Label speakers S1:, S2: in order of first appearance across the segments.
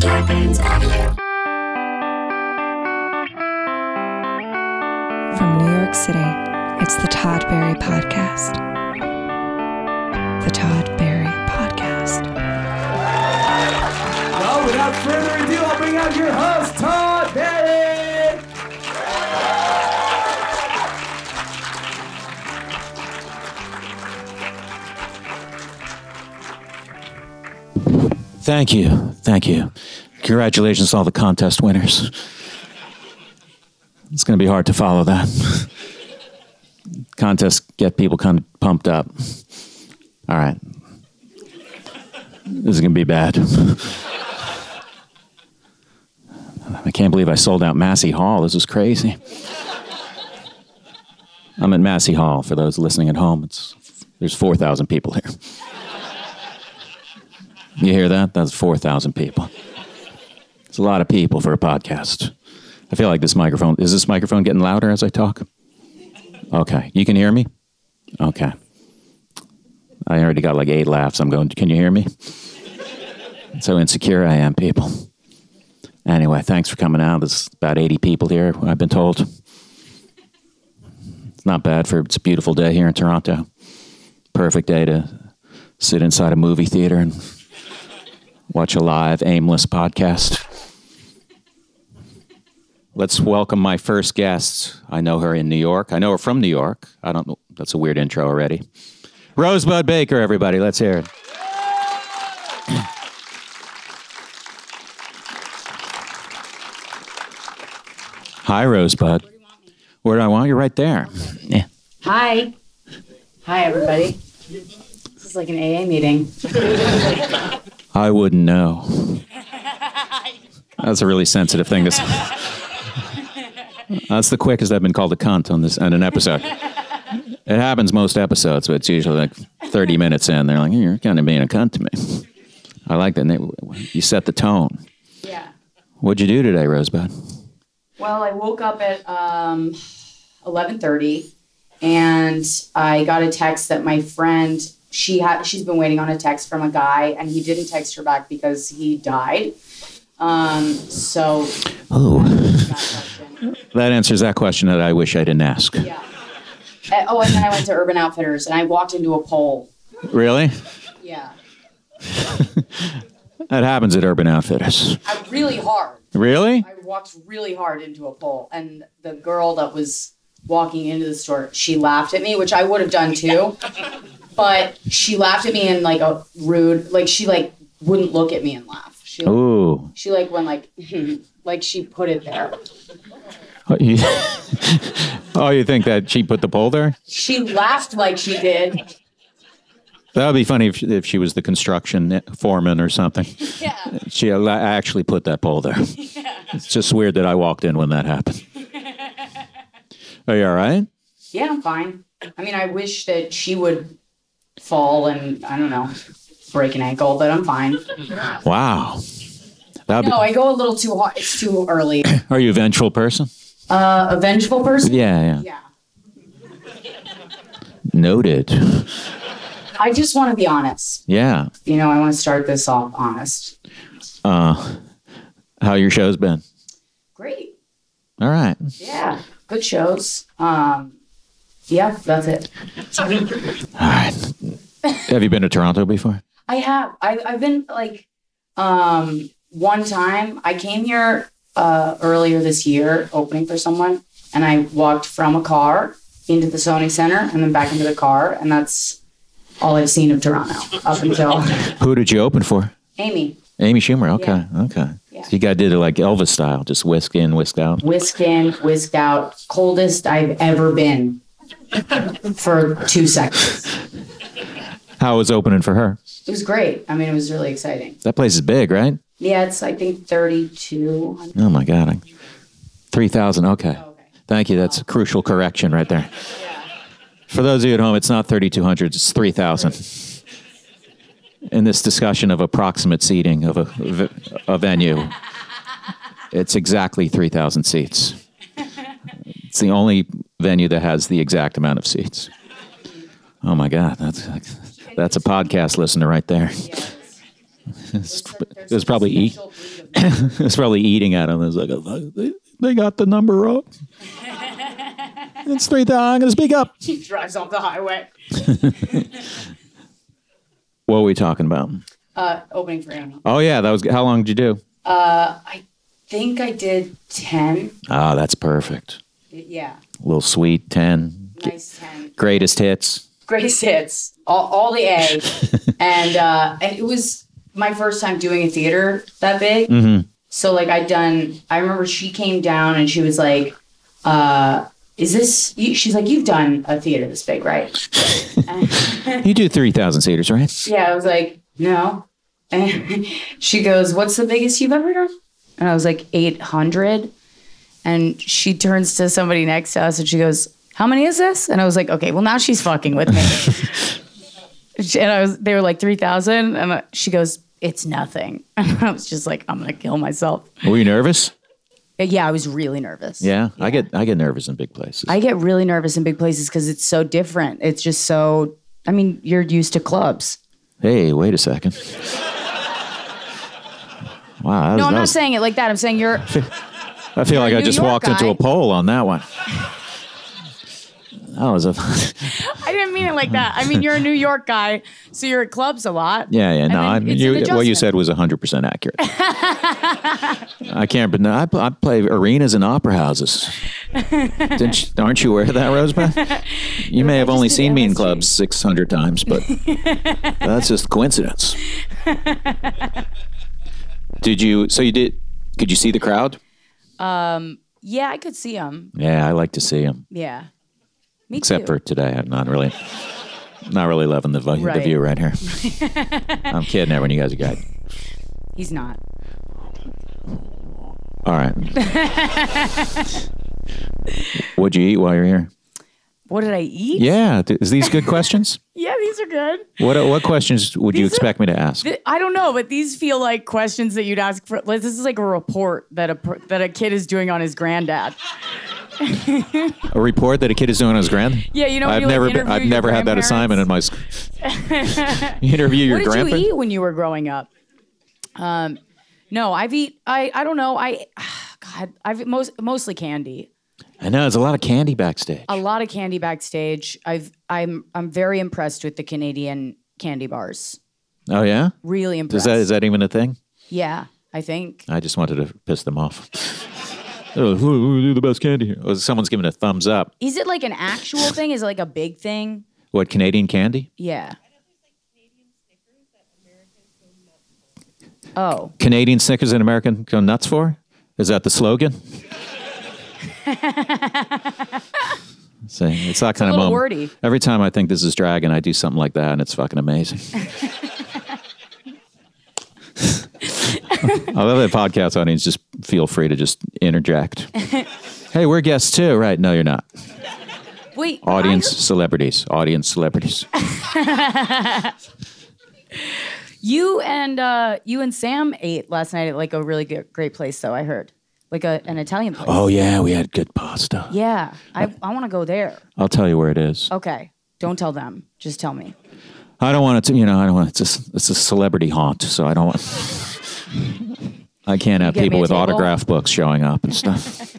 S1: Scarpins Audio.
S2: From New York City, it's the Todd Berry Podcast. The Todd Berry Podcast.
S3: Well, without further ado, I'll bring out your host, Todd Barry.
S4: Thank you. Thank you. Congratulations to all the contest winners. It's going to be hard to follow that. Contests get people kind of pumped up. All right. This is going to be bad. I can't believe I sold out Massey Hall. This is crazy. I'm at Massey Hall for those listening at home. It's, there's 4,000 people here. You hear that? That's 4,000 people. It's a lot of people for a podcast. I feel like this microphone is this microphone getting louder as I talk? Okay. You can hear me? Okay. I already got like eight laughs. I'm going, can you hear me? So insecure I am, people. Anyway, thanks for coming out. There's about 80 people here, I've been told. It's not bad for it's a beautiful day here in Toronto. Perfect day to sit inside a movie theater and watch a live aimless podcast. Let's welcome my first guest. I know her in New York. I know her from New York. I don't know. That's a weird intro already. Rosebud Baker, everybody. Let's hear it. Hi, Rosebud. Where do I want you? Right there. Yeah.
S5: Hi. Hi, everybody. This is like an AA meeting.
S4: I wouldn't know. That's a really sensitive thing to say. That's the quickest I've been called a cunt on this on an episode. It happens most episodes, but it's usually like 30 minutes in. They're like, "You're kind of being a cunt to me." I like that. They- You set the tone.
S5: Yeah.
S4: What'd you do today, Rosebud?
S5: Well, I woke up at um, 11:30, and I got a text that my friend she had she's been waiting on a text from a guy, and he didn't text her back because he died. Um, so
S4: Oh,
S5: that question.
S4: that answers that question that I wish I didn't ask.
S5: yeah. And- oh, and then I went to Urban Outfitters, and I walked into a pole.
S4: Really?
S5: Yeah.
S4: That happens at Urban Outfitters.
S5: I Uh, really hard.
S4: Really?
S5: I walked really hard into a pole, and the girl that was walking into the store, she laughed at me, which I would have done too. But she laughed at me in like a rude, like she like wouldn't look at me and laugh. She
S4: Oh.
S5: like,
S4: Ooh.
S5: she like went like like she put it there.
S4: Oh, you- oh, you think that she put the pole there?
S5: She laughed like she did.
S4: That would be funny if she, if she was the construction foreman or something.
S5: Yeah.
S4: She al- actually put that pole there. It's just weird that I walked in when that happened. Are you all right?
S5: Yeah, I'm fine. I mean, I wish that she would fall and I don't know break an ankle, but I'm fine.
S4: Wow. That would
S5: No, I go a little too hard. It's too early.
S4: be, are you a vengeful person?
S5: Uh, a vengeful person.
S4: Yeah, yeah.
S5: yeah.
S4: Noted.
S5: I just want to be honest.
S4: Yeah.
S5: You know, I want to start this off honest.
S4: Uh, How your show's been?
S5: Great.
S4: All right.
S5: Yeah. Good shows. Um, yeah, that's it.
S4: All right. Have you been to Toronto before?
S5: I have. I, I've been like um, one time. I came here uh, earlier this year, opening for someone, and I walked from a car into the Sony Center and then back into the car, and that's all I've seen of Toronto up until
S4: Who did you open for?
S5: Amy
S4: Amy Schumer. Okay. Okay. So you guys did it like Elvis style, just whisk in, whisk out.
S5: whisked in, whisked out, coldest I've ever been for two seconds.
S4: How was opening for her?
S5: It was great. I mean, it was really exciting.
S4: That place is big, right?
S5: Yeah, it's I think thirty-two.
S4: Oh my God. I- 3,000. Okay.
S5: Okay.
S4: Thank you. That's a crucial correction right there. For those of you at home, it's not 3,200, it's 3,000. In this discussion of approximate seating of a, v- a venue, it's exactly 3,000 seats. It's the only venue that has the exact amount of seats. Oh my God, that's, that's a podcast listener right there. It was probably e- was probably eating at him. It was like, "Oh, they, they got the number wrong. it's three thousand. I'm going to speak up.
S5: She drives off the highway.
S4: What were we talking about?
S5: Uh, opening for Annie.
S4: Oh yeah, that was. How long did you do?
S5: Think I did ten.
S4: Ah, that's perfect.
S5: Yeah,
S4: Little sweet ten.
S5: nice ten.
S4: Greatest hits.
S5: greatest hits, all, all the A, and uh, and it was my first time doing a theater that big. So like I'd done, I remember she came down and she was like, uh, "Is this?" You? She's like, "You've done a theater this big, right?" And-
S4: You do three thousand seaters, right?
S5: yeah, I was like, "No." And she goes, "What's the biggest you've ever done?" And I was like, 800. And she turns to somebody next to us and she goes, How many is this? And I was like, Okay, well, now she's fucking with me. and I was, they were like, 3,000. And I- she goes, It's nothing. And I was just like, I'm going to kill myself.
S4: Were you nervous?
S5: But yeah, I was really nervous.
S4: Yeah, I get I get nervous in big places.
S5: I get really nervous in big places because it's so different. It's just so, I mean, you're used to clubs.
S4: hey, wait a second. Wow. that was-
S5: No,
S4: that
S5: I'm not
S4: was-
S5: saying it like that. I'm saying you're,
S4: I feel like
S5: a
S4: I
S5: New
S4: just
S5: York
S4: walked into
S5: guy.
S4: a pole on that one. That was a
S5: I didn't mean it like that. I mean, you're a New York guy, so you're at clubs a lot.
S4: yeah yeah no
S5: then
S4: I
S5: it's an
S4: you, what you
S5: adjustment.
S4: said was hundred percent accurate. I can't but no, I, pl- I play arenas and opera houses. Didn't you, aren't you aware of that, Rosebud? You may have only
S5: did
S4: seen me in
S5: LSD.
S4: clubs six hundred times, but that's just coincidence. did you? So you did? Could you see the crowd?
S5: Yeah, I could see him.
S4: Yeah, I like to see them.
S5: Yeah. Me
S4: except
S5: too.
S4: for today. I'm not really, not really loving the, vi- the
S5: Right.
S4: view right here. I'm kidding everyone. You guys are good.
S5: He's not.
S4: All right. What'd you eat while you're here?
S5: What did I eat?
S4: Yeah, th- is these good questions?
S5: Yeah, these are good.
S4: What uh, what questions would you
S5: These are-
S4: expect me to ask?
S5: Th- I don't know, but these feel like questions that you'd ask for. like, This is like a report that a per- that a kid is doing on his granddad.
S4: a report that a kid is doing on his grand?
S5: Yeah, you know. when
S4: I've
S5: you, like,
S4: never been,
S5: interview
S4: I've
S5: your
S4: never had that
S5: grandparents.
S4: assignment in my school. interview your
S5: What did
S4: grandpa.
S5: you eat when you were growing up? Um, no, I've eat. I I don't know. I God, I've most mostly candy.
S4: I know it's a lot of candy backstage.
S5: a lot of candy backstage. I've I'm I'm very impressed with the Canadian candy bars.
S4: oh yeah,
S5: Really
S4: is
S5: impressed.
S4: that is that even a thing?
S5: yeah, I think.
S4: I just wanted to piss them off. They're like, "Who- who do the best candy here? Oh, someone's giving a thumbs up.
S5: Is it like an actual thing? Is it like a big thing?
S4: What Canadian candy?
S5: Yeah. Oh,
S4: Canadian Snickers and American go nuts for? Is that the slogan? See, it's that kind
S5: a
S4: of
S5: little
S4: moment.
S5: wordy.
S4: Every time I think this is dragon, I do something like that, and it's fucking amazing. I love that podcast audience. Just feel free to just interject. hey, we're guests too, right? No, you're not.
S5: wait. I
S4: Audience
S5: heard-
S4: celebrities. Audience celebrities.
S5: you and uh, you and Sam ate last night at like a really good, great place, though. I heard, like a, an Italian place.
S4: Oh yeah, we had good pasta.
S5: Yeah, I I want to go there.
S4: I'll tell you where it is.
S5: Okay, don't tell them. Just tell me.
S4: I don't want it to, you know, I don't want it's just it's a celebrity haunt, so I don't want I can't have
S5: get me
S4: people
S5: a
S4: with
S5: table?
S4: autograph books showing up and stuff.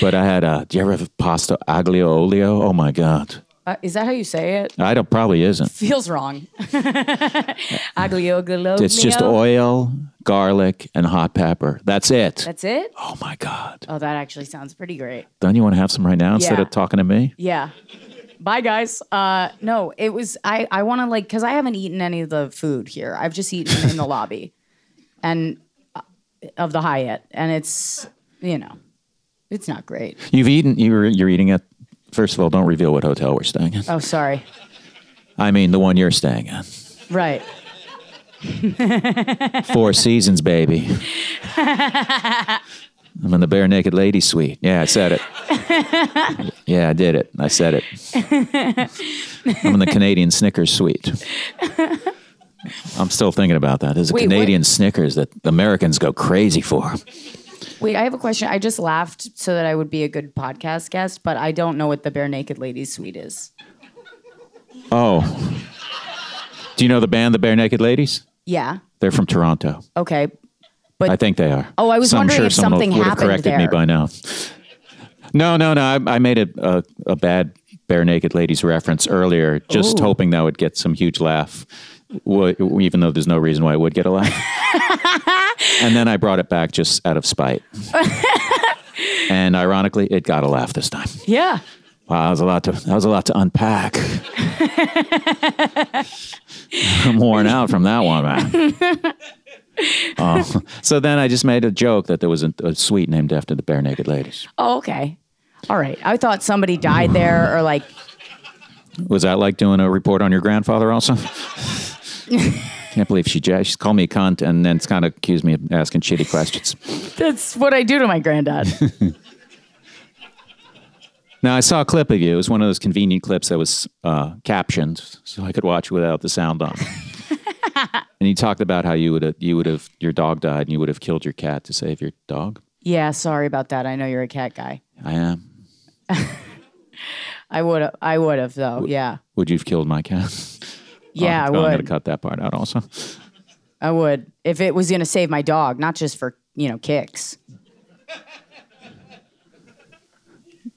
S4: but I had uh do you ever have pasta aglio olio? Oh my god.
S5: Uh, is that how you say it?
S4: I don't probably isn't.
S5: feels wrong. Aglio glio.
S4: It's just oil, garlic, and hot pepper. That's it.
S5: That's it.
S4: oh my god.
S5: Oh, that actually sounds pretty great.
S4: Don't you want to have some right now instead
S5: Yeah.
S4: of talking to me?
S5: Yeah. Bye guys. Uh, no, it was I. I want to like because I haven't eaten any of the food here. I've just eaten in the lobby, and uh, of the Hyatt, and it's you know, it's not great.
S4: You've eaten you were you're eating at first of all, don't reveal what hotel we're staying in.
S5: Oh, sorry.
S4: I mean the one you're staying in.
S5: Right.
S4: Four Seasons, baby. I'm in the bare naked lady suite. Yeah, I said it. Yeah, I did it. I said it. I'm in the Canadian Snickers suite. I'm still thinking about that. There's a
S5: Wait, what-
S4: Canadian Snickers that the Americans go crazy for.
S5: Wait, I have a question. I just laughed so that I would be a good podcast guest, but I don't know what the bare naked ladies suite is.
S4: Oh. Do you know the band, the Bare Naked Ladies?
S5: Yeah.
S4: They're from Toronto.
S5: Okay. But
S4: I think they are.
S5: Oh, I was
S4: So I'm
S5: wondering
S4: sure
S5: if
S4: someone
S5: something
S4: would have
S5: happened
S4: corrected me
S5: there.
S4: by now. No, no, no. I, I made a, a, a bad bare naked ladies reference earlier,
S5: Oh.
S4: just hoping that would get some huge laugh, wo- even though there's no reason why I would get a laugh. and then I brought it back just out of spite. and ironically, it got a laugh this time.
S5: yeah.
S4: Wow, that was a lot to that was a lot to unpack. I'm worn out from that one, man. Oh, so then I just made a joke that there was a, a suite named after the bare naked ladies.
S5: Oh, okay. All right. I thought somebody died there or like
S4: Was that like doing a report on your grandfather? Also, can't believe she ja- she's called me a cunt and then it's kind of accused me of asking shitty questions.
S5: that's what I do to my granddad.
S4: Now I saw a clip of you. It was one of those convenient clips that was uh, captioned, so I could watch without the sound on. and you talked about how you would have, you would have your dog died and you would have killed your cat to save your dog.
S5: yeah, sorry about that. I know you're a cat guy.
S4: I um, am.
S5: I would have I would have though. Yeah.
S4: Would you have killed my cat? Oh,
S5: Yeah,
S4: I'm,
S5: I
S4: I'm gonna
S5: would.
S4: cut that part out also.
S5: I would. If it was going to save my dog, not just for, you know, kicks.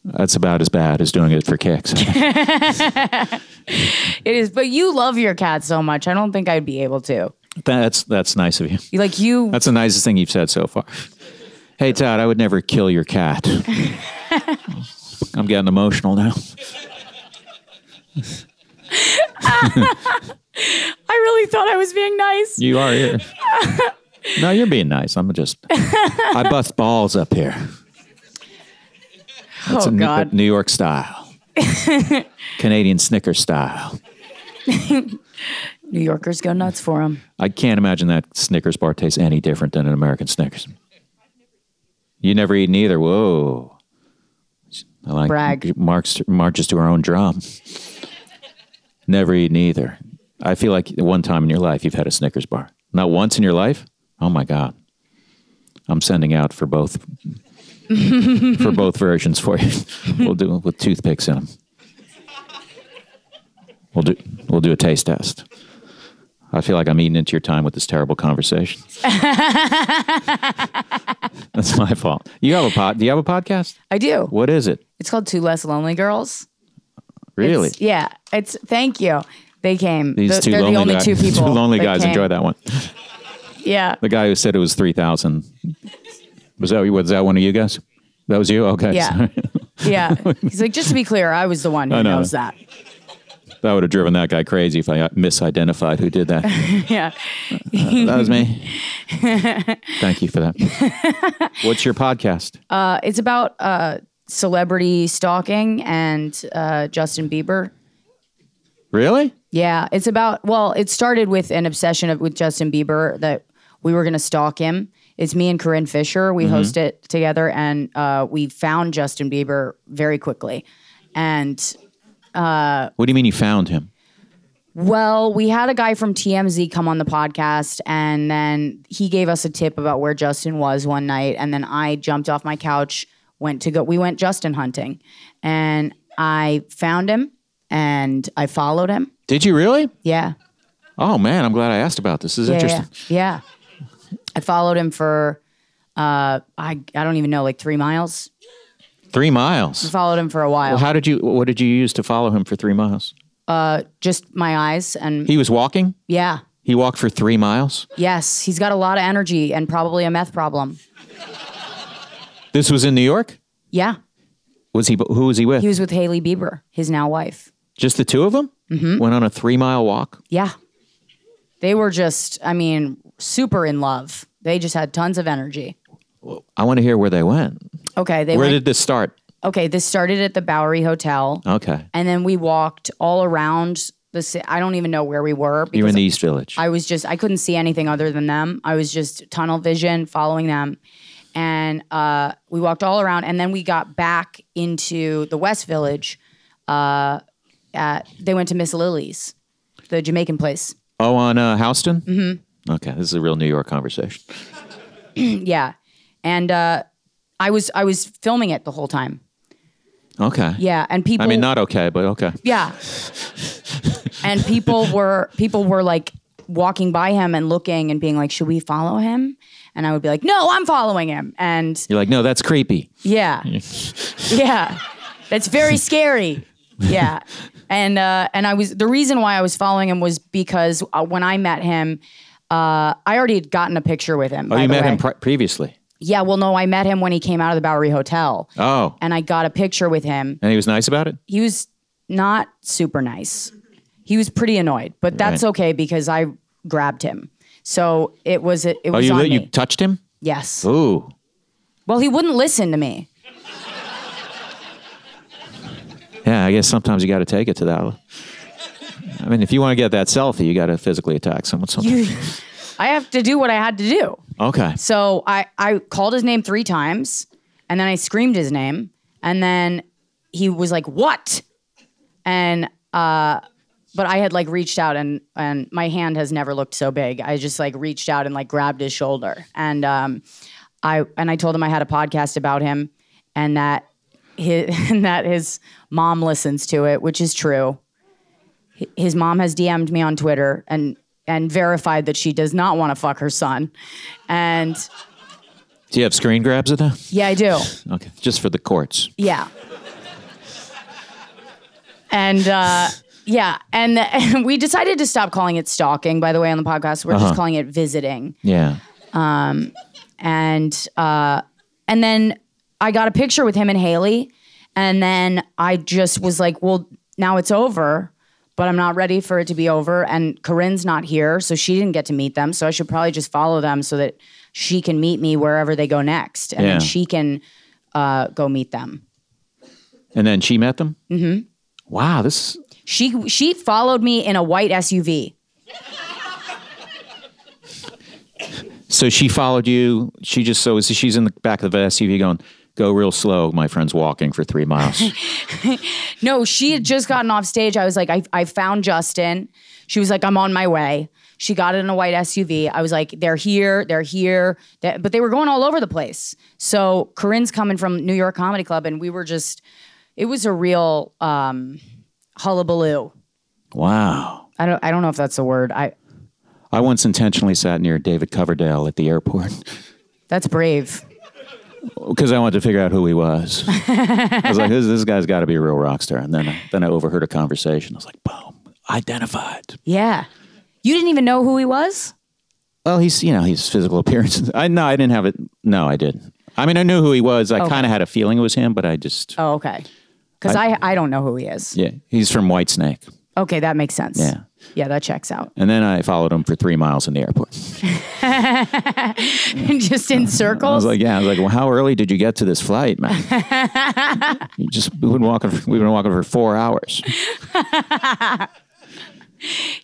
S4: That's about as bad as doing it for kicks.
S5: It is, but you love your cat so much. I don't think I'd be able to.
S4: that's that's nice of you.
S5: You- Like you
S4: That's the nicest thing you've said so far. Hey Todd, I would never kill your cat. I'm getting emotional now.
S5: I really thought I was being nice.
S4: You are here. no, you're being nice. I'm just I bust balls up here. That's
S5: Oh,
S4: a New-
S5: God.
S4: New York style. Canadian snicker style.
S5: New Yorkers go nuts for him.
S4: I can't imagine that Snickers bar tastes any different than an American Snickers. You never eaten either. Whoa. I like
S5: Brag.
S4: Marks marches to her own drum. never eaten either. I feel like one time in your life you've had a Snickers bar. Not once in your life? Oh my God. I'm sending out for both for both versions for you. We'll do it with toothpicks in them. We'll do we'll do a taste test. I feel like I'm eating into your time with this terrible conversation. That's my fault. You have a pod? Do you have a podcast?
S5: I do.
S4: What is it?
S5: It's called Two Less Lonely Girls.
S4: Really?
S5: It's- yeah. It's thank you. They came.
S4: These
S5: Th-
S4: two
S5: they're
S4: lonely
S5: the only
S4: guys.
S5: two people.
S4: two lonely
S5: that
S4: guys.
S5: came.
S4: Enjoy that one.
S5: Yeah.
S4: The guy who said it was three thousand. Was that was that one of you guys? That was you. Okay.
S5: Yeah.
S4: sorry.
S5: Yeah. He's like, just to be clear, I was the one who
S4: I know.
S5: knows that.
S4: that would have driven that guy crazy if I misidentified who did that.
S5: Yeah.
S4: that was me. Thank you for that. What's your podcast?
S5: Uh, it's about uh, celebrity stalking and uh, Justin Bieber.
S4: really?
S5: Yeah, it's about well, it started with an obsession of, with Justin Bieber that we were going to stalk him. It's me and Corinne Fisher. We host it together, and uh, we found Justin Bieber very quickly. And
S4: What do you mean you found him?
S5: well, we had a guy from TMZ come on the podcast, and then he gave us a tip about where Justin was one night, and then I jumped off my couch, went to go. We went Justin hunting, and I found him, and I followed him.
S4: Did you really?
S5: Yeah.
S4: Oh man, I'm glad I asked about this. This is
S5: Yeah,
S4: interesting.
S5: Yeah, yeah. I followed him for uh I I don't even know like 3 miles.
S4: Three miles.
S5: Followed him for a while.
S4: How did you? What did you use to follow him for three miles?
S5: Just my eyes and
S4: He was walking.
S5: yeah.
S4: He walked for three miles.
S5: Yes, he's got a lot of energy and probably a meth problem.
S4: This was in New York.
S5: Yeah.
S4: Was he? Who was he with?
S5: He was with Haley Bieber, his now wife.
S4: Just the two of them. Mm-hmm. Went on a three mile walk.
S5: Yeah. They were just I mean, super in love. They just had tons of energy.
S4: I want to hear where they went.
S5: Okay, they
S4: Where
S5: went,
S4: did Oh. this start?
S5: Okay, this started at the Bowery Hotel.
S4: Okay,
S5: And then we walked all around the ci- I don't even know where we were
S4: you were
S5: because
S4: in the East Village.
S5: I was just I couldn't see anything other than them. I was just tunnel vision following them. And uh, we walked all around and then we got back into the West Village. Uh, at, they went to Miss Lily's, the Jamaican place.
S4: oh, on uh, Houston. Mm-hmm. Okay, this is a real New York conversation.
S5: Yeah. And uh, I was I was filming it the whole time.
S4: Okay.
S5: Yeah. And people
S4: I mean, not okay, but okay.
S5: Yeah. and people were people were like walking by him and looking and being like, "Should we follow him?" and I would be like, "No, I'm following him." And
S4: You're like, no, that's creepy.
S5: yeah, yeah, that's very scary. Yeah, and uh, and I was the reason why I was following him was because uh, when I met him, uh, I already had gotten a picture with him.
S4: Oh, you met him pre- previously.
S5: yeah, well, no, I met him when he came out of the Bowery Hotel,
S4: Oh,
S5: and I got a picture with him.
S4: and he was nice about it.
S5: he was not super nice. He was pretty annoyed, but that's
S4: Right.
S5: okay because I grabbed him. So it was it, it
S4: Oh,
S5: was
S4: you
S5: on
S4: li-
S5: me.
S4: you Oh. touched him?
S5: yes.
S4: Ooh,
S5: Well, he wouldn't listen to me.
S4: yeah. I guess sometimes you got to take it to that. l- I mean, if you want to get that selfie, you got to physically attack someone. Something.
S5: I have to do what I had to do.
S4: Okay.
S5: So I I called his name 3 times and then I screamed his name and then he was like, "What?" And uh but I had like reached out and and my hand has never looked so big. I just like reached out and like grabbed his shoulder and um I and I told him I had a podcast about him and that his and that his mom listens to it, which is true. Hi- His mom has DM'd me on Twitter and and verified that she does not want to fuck her son. And
S4: Do you have screen grabs of that?
S5: yeah, I do.
S4: Okay, just for the courts.
S5: Yeah. And uh yeah, and, the, and we decided to stop calling it stalking by the way on the podcast. We're
S4: Uh-huh.
S5: just calling it visiting.
S4: Yeah.
S5: and uh, and then I got a picture with him and Haley, and then I just was like, well, now it's over, but I'm not ready for it to be over, and Corinne's not here, so she didn't get to meet them, so I should probably just follow them so that she can meet me wherever they go next, and
S4: Yeah.
S5: then she can uh, go meet them.
S4: And then she met them. Mm-hmm. Wow, this
S5: She she followed me in a white SUV.
S4: So she followed you. She just so she's in the back of the SUV going, "Go real slow, my friend's walking for three miles."
S5: No, she had just gotten off stage. I was like, I, I found Justin. She was like, I'm on my way. She got in a white SUV. I was like, they're here, they're here. That- But they were going all over the place. So Corinne's coming from New York Comedy Club, and we were just, it was a real um, hullabaloo.
S4: wow.
S5: I don't, I don't know if that's a word. I,
S4: I once intentionally sat near David Coverdale at the airport
S5: that's brave.
S4: because I wanted to figure out who he was. I was like, "This, this guy's got to be a real rock star." And then, I, then I overheard a conversation. I was like, "Boom, identified."
S5: Yeah. You didn't even know who he was?
S4: Well, he's you know his physical appearance. I no, I didn't have it. No, I didn't. I mean, I knew who he was. I kind of had a feeling it was him, but I just
S5: Oh, okay. Because I, I, don't know who he is.
S4: yeah, he's from Whitesnake.
S5: Okay, that makes sense.
S4: Yeah.
S5: Yeah, that checks out.
S4: And then I followed him for three miles in the airport.
S5: just in circles.
S4: I was like, yeah. I was like, well, how early did you get to this flight, man? you just we've been walking. For, we've been walking for four hours.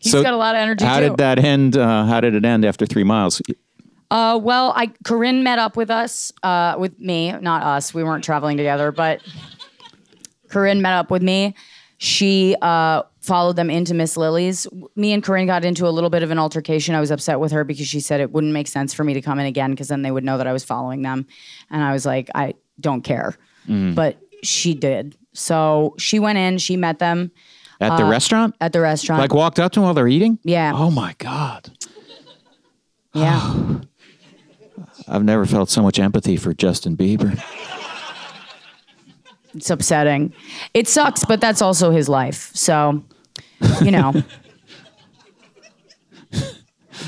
S5: He's
S4: So
S5: got a lot of energy
S4: How
S5: too.
S4: did that end? Uh, how did it end after three miles?
S5: Uh, well, I Corinne met up with us, uh, with me, not us. We weren't traveling together, but Corinne met up with me. She uh, followed them into Miss Lily's. Me and Corinne got into a little bit of an altercation. I was upset with her because she said it wouldn't make sense for me to come in again because then they would know that I was following them, and I was like, I don't care.
S4: Mm.
S5: But she did. So she went in. She met them
S4: At
S5: Uh,
S4: the restaurant?
S5: at the restaurant.
S4: Like walked up to them while they're eating?
S5: Yeah.
S4: Oh my god!
S5: yeah.
S4: I've never felt so much empathy for Justin Bieber.
S5: it's upsetting. It sucks, but that's also his life. So, you know,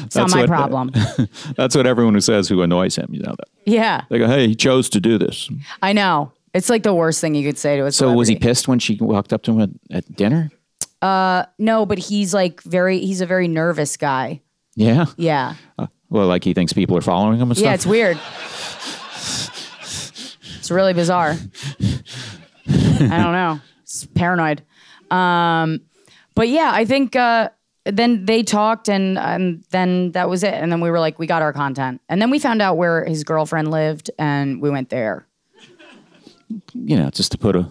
S5: it's not
S4: That's
S5: my
S4: what-
S5: problem.
S4: That's what everyone who says who annoys him. You know that
S5: yeah,
S4: they go, "Hey, he chose to do this."
S5: I know. It's like the worst thing you could say to a
S4: So was he
S5: celebrity.
S4: pissed when she walked up to him at, at dinner?
S5: No, but he's like very. He's a very nervous guy.
S4: Yeah.
S5: Yeah,
S4: Uh, Well, like he thinks people are following him and stuff.
S5: yeah. It's weird. It's really bizarre. I don't know. It's paranoid. Um, but yeah, I think uh, then they talked, and and then that was it. And then we were like, we got our content, and then we found out where his girlfriend lived, and we went there.
S4: you know, just to put a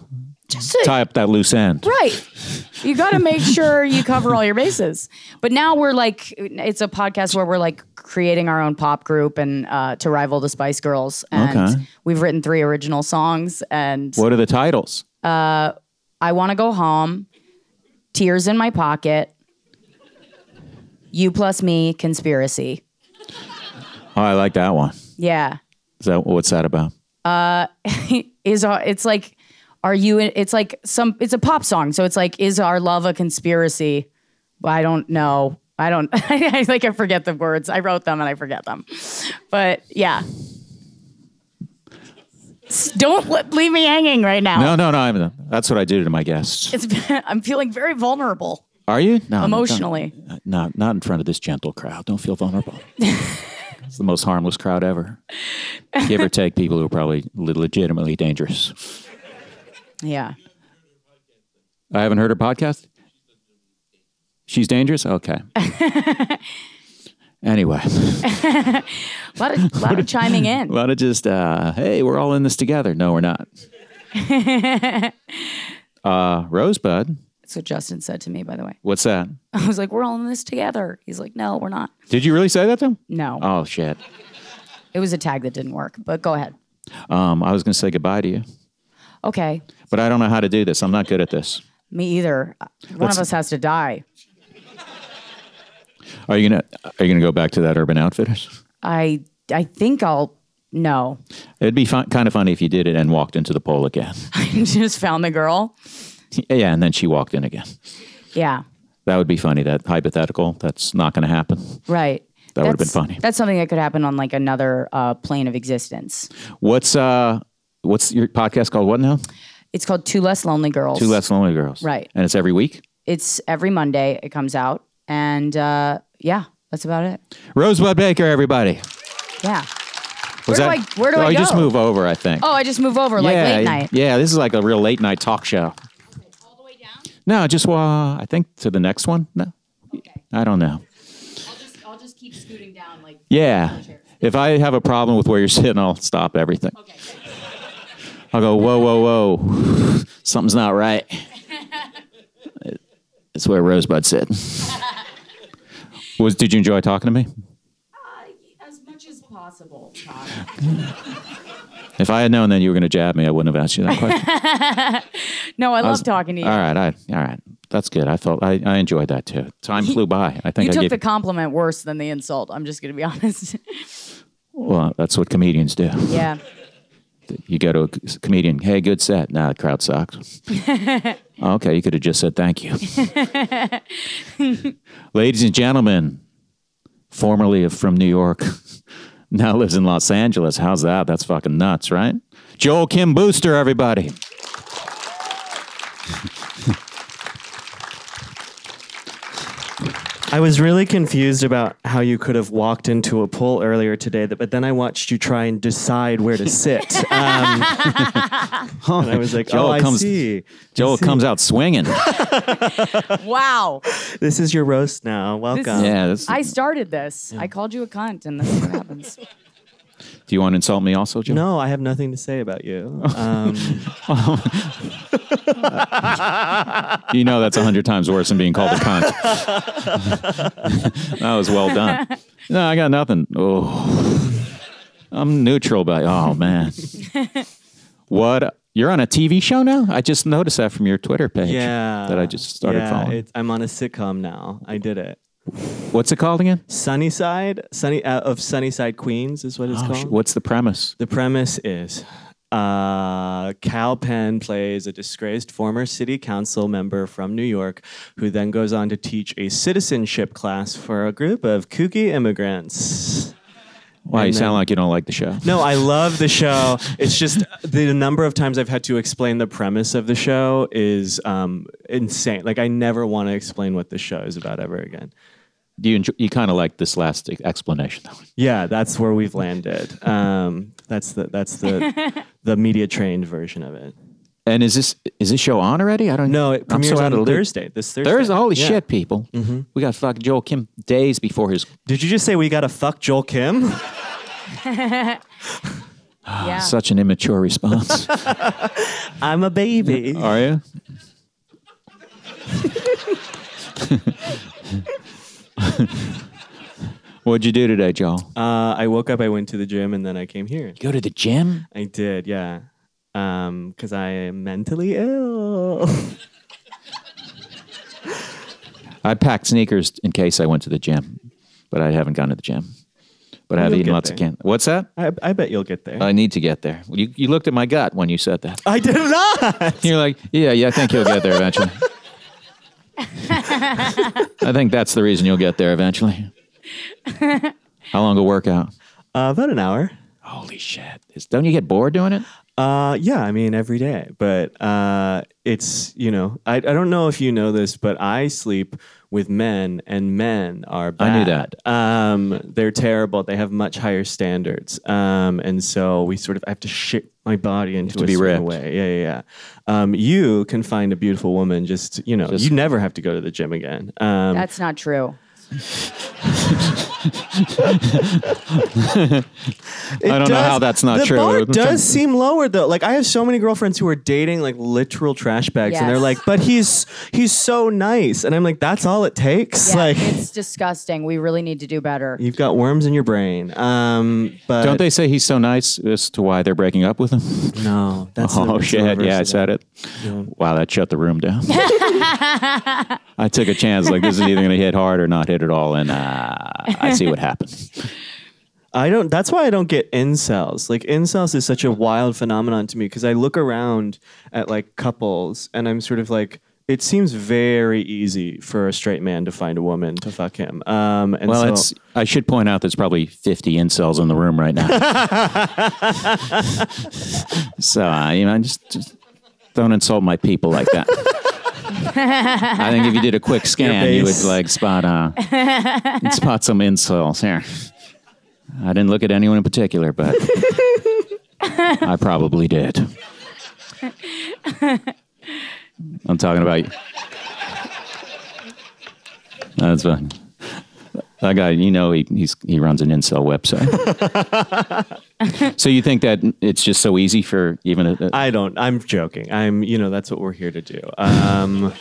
S5: Just to-
S4: tie up that loose end.
S5: right. You got to make sure you cover all your bases. But now we're like, it's a podcast where we're like creating our own pop group and uh, to rival the Spice Girls, and
S4: Okay.
S5: we've written three original songs. And
S4: What are the titles?
S5: I want to go home. Tears in my pocket. You plus me conspiracy.
S4: Oh, I like that one.
S5: Yeah.
S4: Is that what's that about?
S5: is our, it's like are you it's like some it's a pop song so it's like is our love a conspiracy Well, i don't know i don't i like i forget the words i wrote them and i forget them but yeah S- don't let, leave me hanging right now
S4: No, no, no. I'm, that's what I do to my guests.
S5: it's been, i'm feeling very vulnerable
S4: Are you? No.
S5: Emotionally.
S4: No, not, not in front of this gentle crowd. Don't feel vulnerable. it's the most harmless crowd ever. Give or take people who are probably le- legitimately dangerous.
S5: yeah
S4: I haven't heard her podcast. She's dangerous? Okay. anyway,
S5: a lot of, lot of chiming
S4: a
S5: in
S4: lot of just, uh, hey, we're all in this together. No, we're not. uh, Rosebud,
S5: that's what justin said to me by the way
S4: what's that?
S5: i was like we're all in this together he's like no we're not
S4: Did you really say that to him?
S5: no
S4: Oh, shit.
S5: it was a tag that didn't work but go ahead
S4: Um, I was going to say goodbye to you,
S5: okay
S4: but I don't know how to do this. I'm not good at this.
S5: Me either. Uh, One
S4: What's-
S5: of us has to die.
S4: Are you gonna Are you gonna go back to that Urban Outfitters?
S5: I I think I'll no.
S4: It'd be fun, kind of funny if you did it and walked into the poll again.
S5: I just found the girl.
S4: yeah, and then she walked in again.
S5: Yeah.
S4: That would be funny. That hypothetical. That's not going to happen.
S5: Right.
S4: That would've been
S5: That's-
S4: funny.
S5: That's something that could happen on like another uh, plane of existence.
S4: What's uh What's your podcast called? What now?
S5: It's called Two Less Lonely Girls.
S4: Two Less Lonely Girls.
S5: Right.
S4: And it's every week.
S5: It's every Monday it comes out, and uh, yeah, that's about it.
S4: Rosebud Baker, everybody.
S5: Yeah.
S4: Was
S5: Where do I- where do
S4: oh,
S5: I
S4: you just
S5: go?
S4: move over, I think.
S5: Oh, I just move over like
S4: yeah,
S5: late
S4: yeah,
S5: night.
S4: Yeah, this is like a real late night talk show. No, just uh, I think to the next one. No, I don't know.
S6: I'll just keep scooting down like
S4: Yeah. If I have a problem with where you're sitting, I'll stop everything. I'll go, whoa, whoa, whoa. Something's not right. It's where Rosebud sit. Was did you enjoy talking to me?
S6: as much as possible. Todd.
S4: If I had known then you were gonna jab me, I wouldn't have asked you that question.
S5: No, I, love
S4: was-
S5: talking to you.
S4: all right, I all right. That's good. I felt I, I enjoyed that too. Time flew by. I think
S5: You
S4: I
S5: took
S4: gave
S5: the compliment worse than the insult. I'm just gonna be honest.
S4: well, that's what comedians do.
S5: yeah.
S4: You go to a c- comedian, hey, good set. Nah, the crowd sucked. okay, you could have just said thank you. Ladies and gentlemen, formerly of- from New York, now lives in Los Angeles. How's that? That's fucking nuts, right? Joel Kim Booster, everybody.
S7: I was really confused about how you could have walked into a pool earlier today, that- but then I watched you try and decide where to sit. Um, and I was like,
S4: Joel
S7: oh, I
S4: comes-
S7: see.
S4: Joel comes out swinging.
S5: Wow.
S7: This is your roast now. Welcome.
S4: yeah. That's,
S5: I started this. I called you a cunt, and this is what happens.
S4: do you want to insult me also, Joel?
S7: No, I have nothing to say about you.
S4: Oh,
S7: Um,
S4: You know that's a hundred times worse than being called a cunt. that was well done. No, I got nothing. Oh, I'm neutral, but oh man, what? You're on a TV show now? I just noticed that from your Twitter page.
S7: yeah.
S4: that I just started
S7: Yeah,
S4: following.
S7: it's- I'm on a sitcom now. I did it.
S4: What's it called again?
S7: Sunnyside, Sunny uh, of Sunnyside, Queens is what it's
S4: Oh,
S7: called.
S4: sh- what's the premise?
S7: The premise is uh, Cal Penn plays a disgraced former city council member from New York who then goes on to teach a citizenship class for a group of kooky immigrants.
S4: Why you
S7: And
S4: sound
S7: then-
S4: like you don't like the show?
S7: No, I love the show. It's just the number of times I've had to explain the premise of the show is um, insane. Like, I never want to explain what the show is about ever again.
S4: Do you enjoy, you kind of like this last e- explanation though?
S7: Yeah, that's where we've landed. Um, that's the that's the the media trained version of it.
S4: And is this is this show on already? I don't.
S7: No, it
S4: I'm so
S7: premieres
S4: out
S7: on
S4: of the loop.
S7: Thursday. This Thursday.
S4: Thursday, holy
S7: Yeah. Mm-hmm.
S4: shit, people! We got fucking Joel Kim days before his
S7: Did you just say we gotta fuck Joel Kim?
S5: Yeah.
S4: Such an immature response.
S7: I'm a baby.
S4: Are you? What'd you do today, Joel?
S7: Uh, I woke up, I went to the gym, and then I came here.
S4: Go to the gym?
S7: I did, yeah. Um, cause I am mentally ill.
S4: I packed sneakers in case I went to the gym, but I haven't gone to the gym. but I've
S7: You'll
S4: eaten
S7: get
S4: lots of
S7: there.
S4: candy. What's that?
S7: I, I bet you'll get there.
S4: I need to get there. You, you looked at my gut when you said that.
S7: I did not. Uh,
S4: You're like, yeah, yeah, I think you'll get there eventually. I think that's the reason you'll get there eventually. How long a workout?
S7: Uh, about an hour.
S4: Holy shit. Is- Don't you get bored doing it?
S7: Uh, yeah, I mean every day, but uh, it's you know I, I don't know if you know this, but I sleep with men, and men are bad.
S4: I knew
S7: Um, they're terrible. They have much higher standards, um, and so we sort of I have to shit my body into
S4: to
S7: a
S4: be
S7: certain
S4: ripped.
S7: way. Yeah, yeah. yeah. Um, you can find a beautiful woman. Just you know,
S4: Just-
S7: you never have to go to the gym again. Um,
S5: That's not true.
S7: It
S4: I don't know how that's not
S7: the
S4: true.
S7: bar
S4: I'm trying-
S7: does seem lower though. Like I have so many girlfriends who are dating like literal trash bags, and they're
S5: Yes.
S7: like, "But he's he's so nice," and I'm like, "That's all it takes."
S5: Yeah,
S7: like
S5: it's disgusting. We really need to do better.
S7: you've got worms in your brain. Um, but
S4: Don't they say he's so nice as to why they're breaking up with him?
S7: No, that's the-
S4: Oh
S7: that's the
S4: shit!
S7: reverse
S4: Yeah, I
S7: of
S4: said
S7: that.
S4: it. Wow, that shut the room down. I took a chance. Like this is either going to hit hard or not hit at all, and uh, I see what happened.
S7: I don't. That's why I don't get incels. Like incels is such a wild phenomenon to me because I look around at like couples and I'm sort of like. It seems very easy for a straight man to find a woman to fuck him. Um, and
S4: Well,
S7: so,
S4: it's. I should point out there's probably 50 incels in the room right now. so uh, you know, just, just don't insult my people like that. I think if you did a quick scan, you would
S7: base.
S4: like spot uh, you'd spot some incels here. I didn't look at anyone in particular, but I probably did. I'm talking about you. That's fine. That guy, you know, he he's, he runs an incel website. so you think that it's just so easy for even a, a-
S7: I don't. I'm joking. I'm. You know, that's what we're here to do.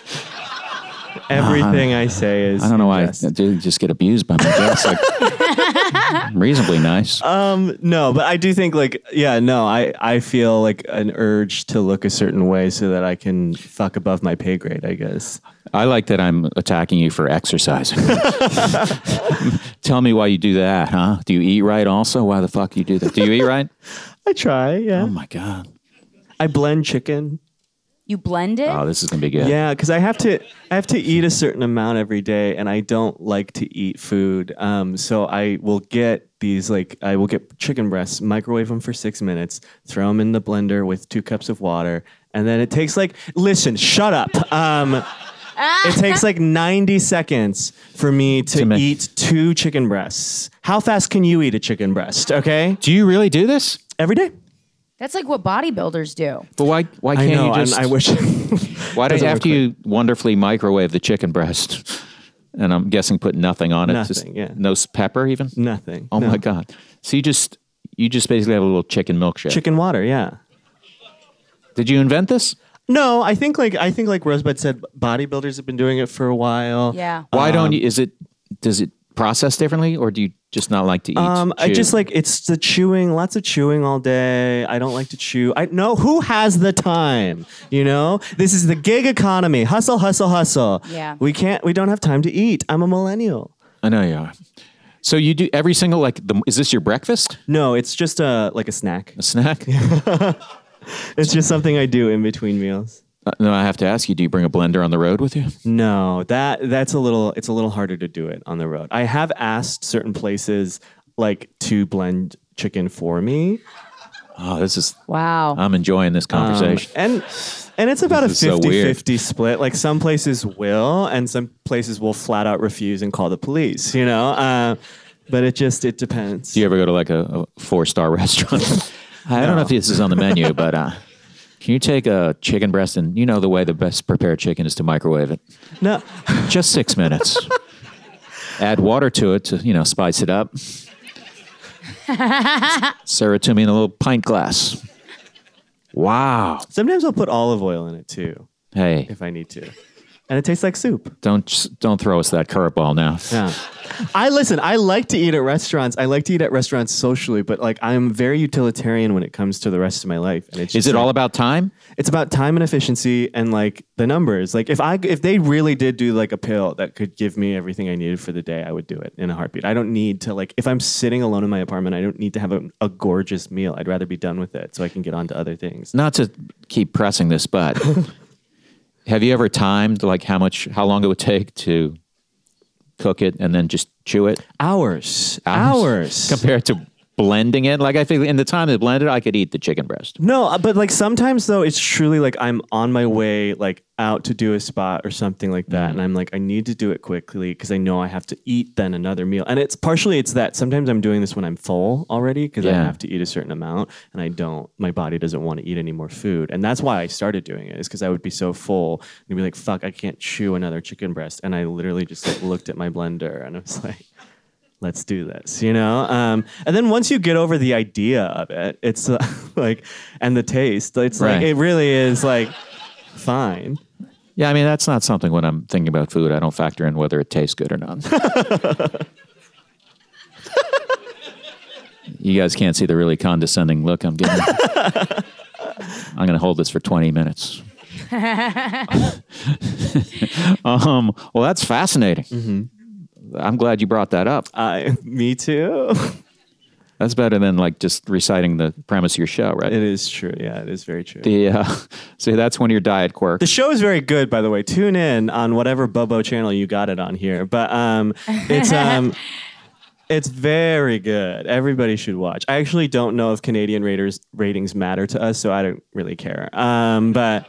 S7: Um, everything I say is.
S4: I don't know why I
S7: in jest.
S4: do just get abused by my guests. Like, I'm reasonably nice.
S7: No, but I do think like yeah. No, I I feel like an urge to look a certain way so that I can fuck above my pay grade. I guess.
S4: I like that I'm attacking you for exercising. Tell me why you do that, huh? Do you eat right also? Why the fuck you do that? Do you eat right?
S7: I try. Yeah.
S4: Oh my god.
S7: I blend chicken.
S5: You blend it?
S4: Oh, this is going to be good.
S7: Yeah, because I have to I have to eat a certain amount every day, and I don't like to eat food. Um, so I will get these like I will get chicken breasts, microwave them for six minutes, throw them in the blender with two cups of water, and then it takes like listen, shut up. Um, it takes like ninety seconds for me to,
S4: To make-
S7: eat two chicken breasts. How fast can you eat a chicken breast? Okay,
S4: Do you really do this?
S7: every day.
S5: That's like what bodybuilders do.
S4: But why why
S7: I
S4: can't
S7: know,
S4: you
S7: and
S4: just
S7: I wish.
S4: Why don't
S7: Doesn't
S4: after
S7: work
S4: you wonderfully microwave the chicken breast, and I'm guessing put nothing on it, just
S7: Nothing, yeah.
S4: no s- pepper even.
S7: Nothing.
S4: Oh
S7: No.
S4: my god! So you just you just basically have a little chicken milkshake.
S7: Chicken water, yeah.
S4: Did you invent this?
S7: No, I think like I think like Rosebud said, bodybuilders have been doing it for a while.
S5: Yeah.
S7: Um,
S4: Why don't you? Is it does it process differently, or do you just not like to eat?
S7: Um, I
S4: chew?
S7: just like it's the chewing, lots of chewing all day. I don't like to chew. I no, who has the time? You know, this is the gig economy. Hustle, hustle, hustle.
S5: Yeah.
S7: we can't. We don't have time to eat. I'm a millennial.
S4: I know you are. So you do every single like the is this your breakfast
S7: No, it's just a like a snack.
S4: a snack?
S7: It's just something I do in between meals.
S4: Uh, no, I have to ask you. Do you bring a blender on the road with you?
S7: No, that that's a little it's a little harder to do it on the road. I have asked certain places like to blend chicken for me.
S4: Oh, this is.
S5: Wow.
S4: I'm enjoying this
S7: Um,
S4: conversation.
S7: and and it's about a
S4: This is so
S7: 50
S4: weird.
S7: 50 split like some places will and some places will flat out refuse and call the police you know uh, but it just it depends
S4: Do you ever go to like a, a four star restaurant? I don't know if this is on the menu, but uh, can you take a chicken breast and you know the way the best prepared chicken is to microwave it?
S7: no
S4: Just six minutes. Add water to it to you know spice it up. Serve it to me in a little pint glass. Wow.
S7: sometimes i'll put olive oil in it too
S4: Hey,
S7: if i need to and it tastes like soup.
S4: Don't s- don't throw us that curveball now.
S7: Yeah. I listen, I like to eat at restaurants. I like to eat at restaurants socially, but like I'm very utilitarian when it comes to the rest of my life. And it's
S4: Is
S7: just,
S4: it all
S7: like,
S4: about time?
S7: it's about time and efficiency and like the numbers. Like if I if they really did do like a pill that could give me everything I needed for the day, I would do it in a heartbeat. I don't need to like if I'm sitting alone in my apartment, I don't need to have a, a gorgeous meal. I'd rather be done with it so I can get on to other things.
S4: Not to keep pressing this, but have you ever timed like how much how long it would take to cook it and then just chew it
S7: Hours. Hours.
S4: compared to blending it? Like I think in the time they blended, I could eat the chicken breast.
S7: No, uh, but like sometimes though, it's truly like I'm on my way, like out to do a spot or something like that, and I'm like, I need to do it quickly because I know I have to eat then another meal. And it's partially it's that sometimes I'm doing this when I'm full already because I
S4: Yeah.
S7: have to eat a certain amount, and I don't. My body doesn't want to eat any more food, and that's why I started doing it is because I would be so full and be like, fuck, I can't chew another chicken breast, and I literally just like looked at my blender and I was like let's do this you know um, and then once you get over the idea of it it's uh, like and the taste it's
S4: Right.
S7: like it really is like fine
S4: Yeah, I mean that's not something when I'm thinking about food, I don't factor in whether it tastes good or not. you guys can't see the really condescending look I'm getting. I'm going to hold this for 20 minutes. um, well, that's fascinating. I'm glad you brought that up.
S7: I me too
S4: That's better than like just reciting the premise of your show, right?
S7: it is true yeah it is very true the,
S4: the uh, see, that's one of your diet quirks.
S7: show is very good by the way tune in on whatever bobo channel you got it on here but um it's um It's very good. Everybody should watch. I actually don't know if Canadian raters ratings matter to us, so I don't really care. Um, but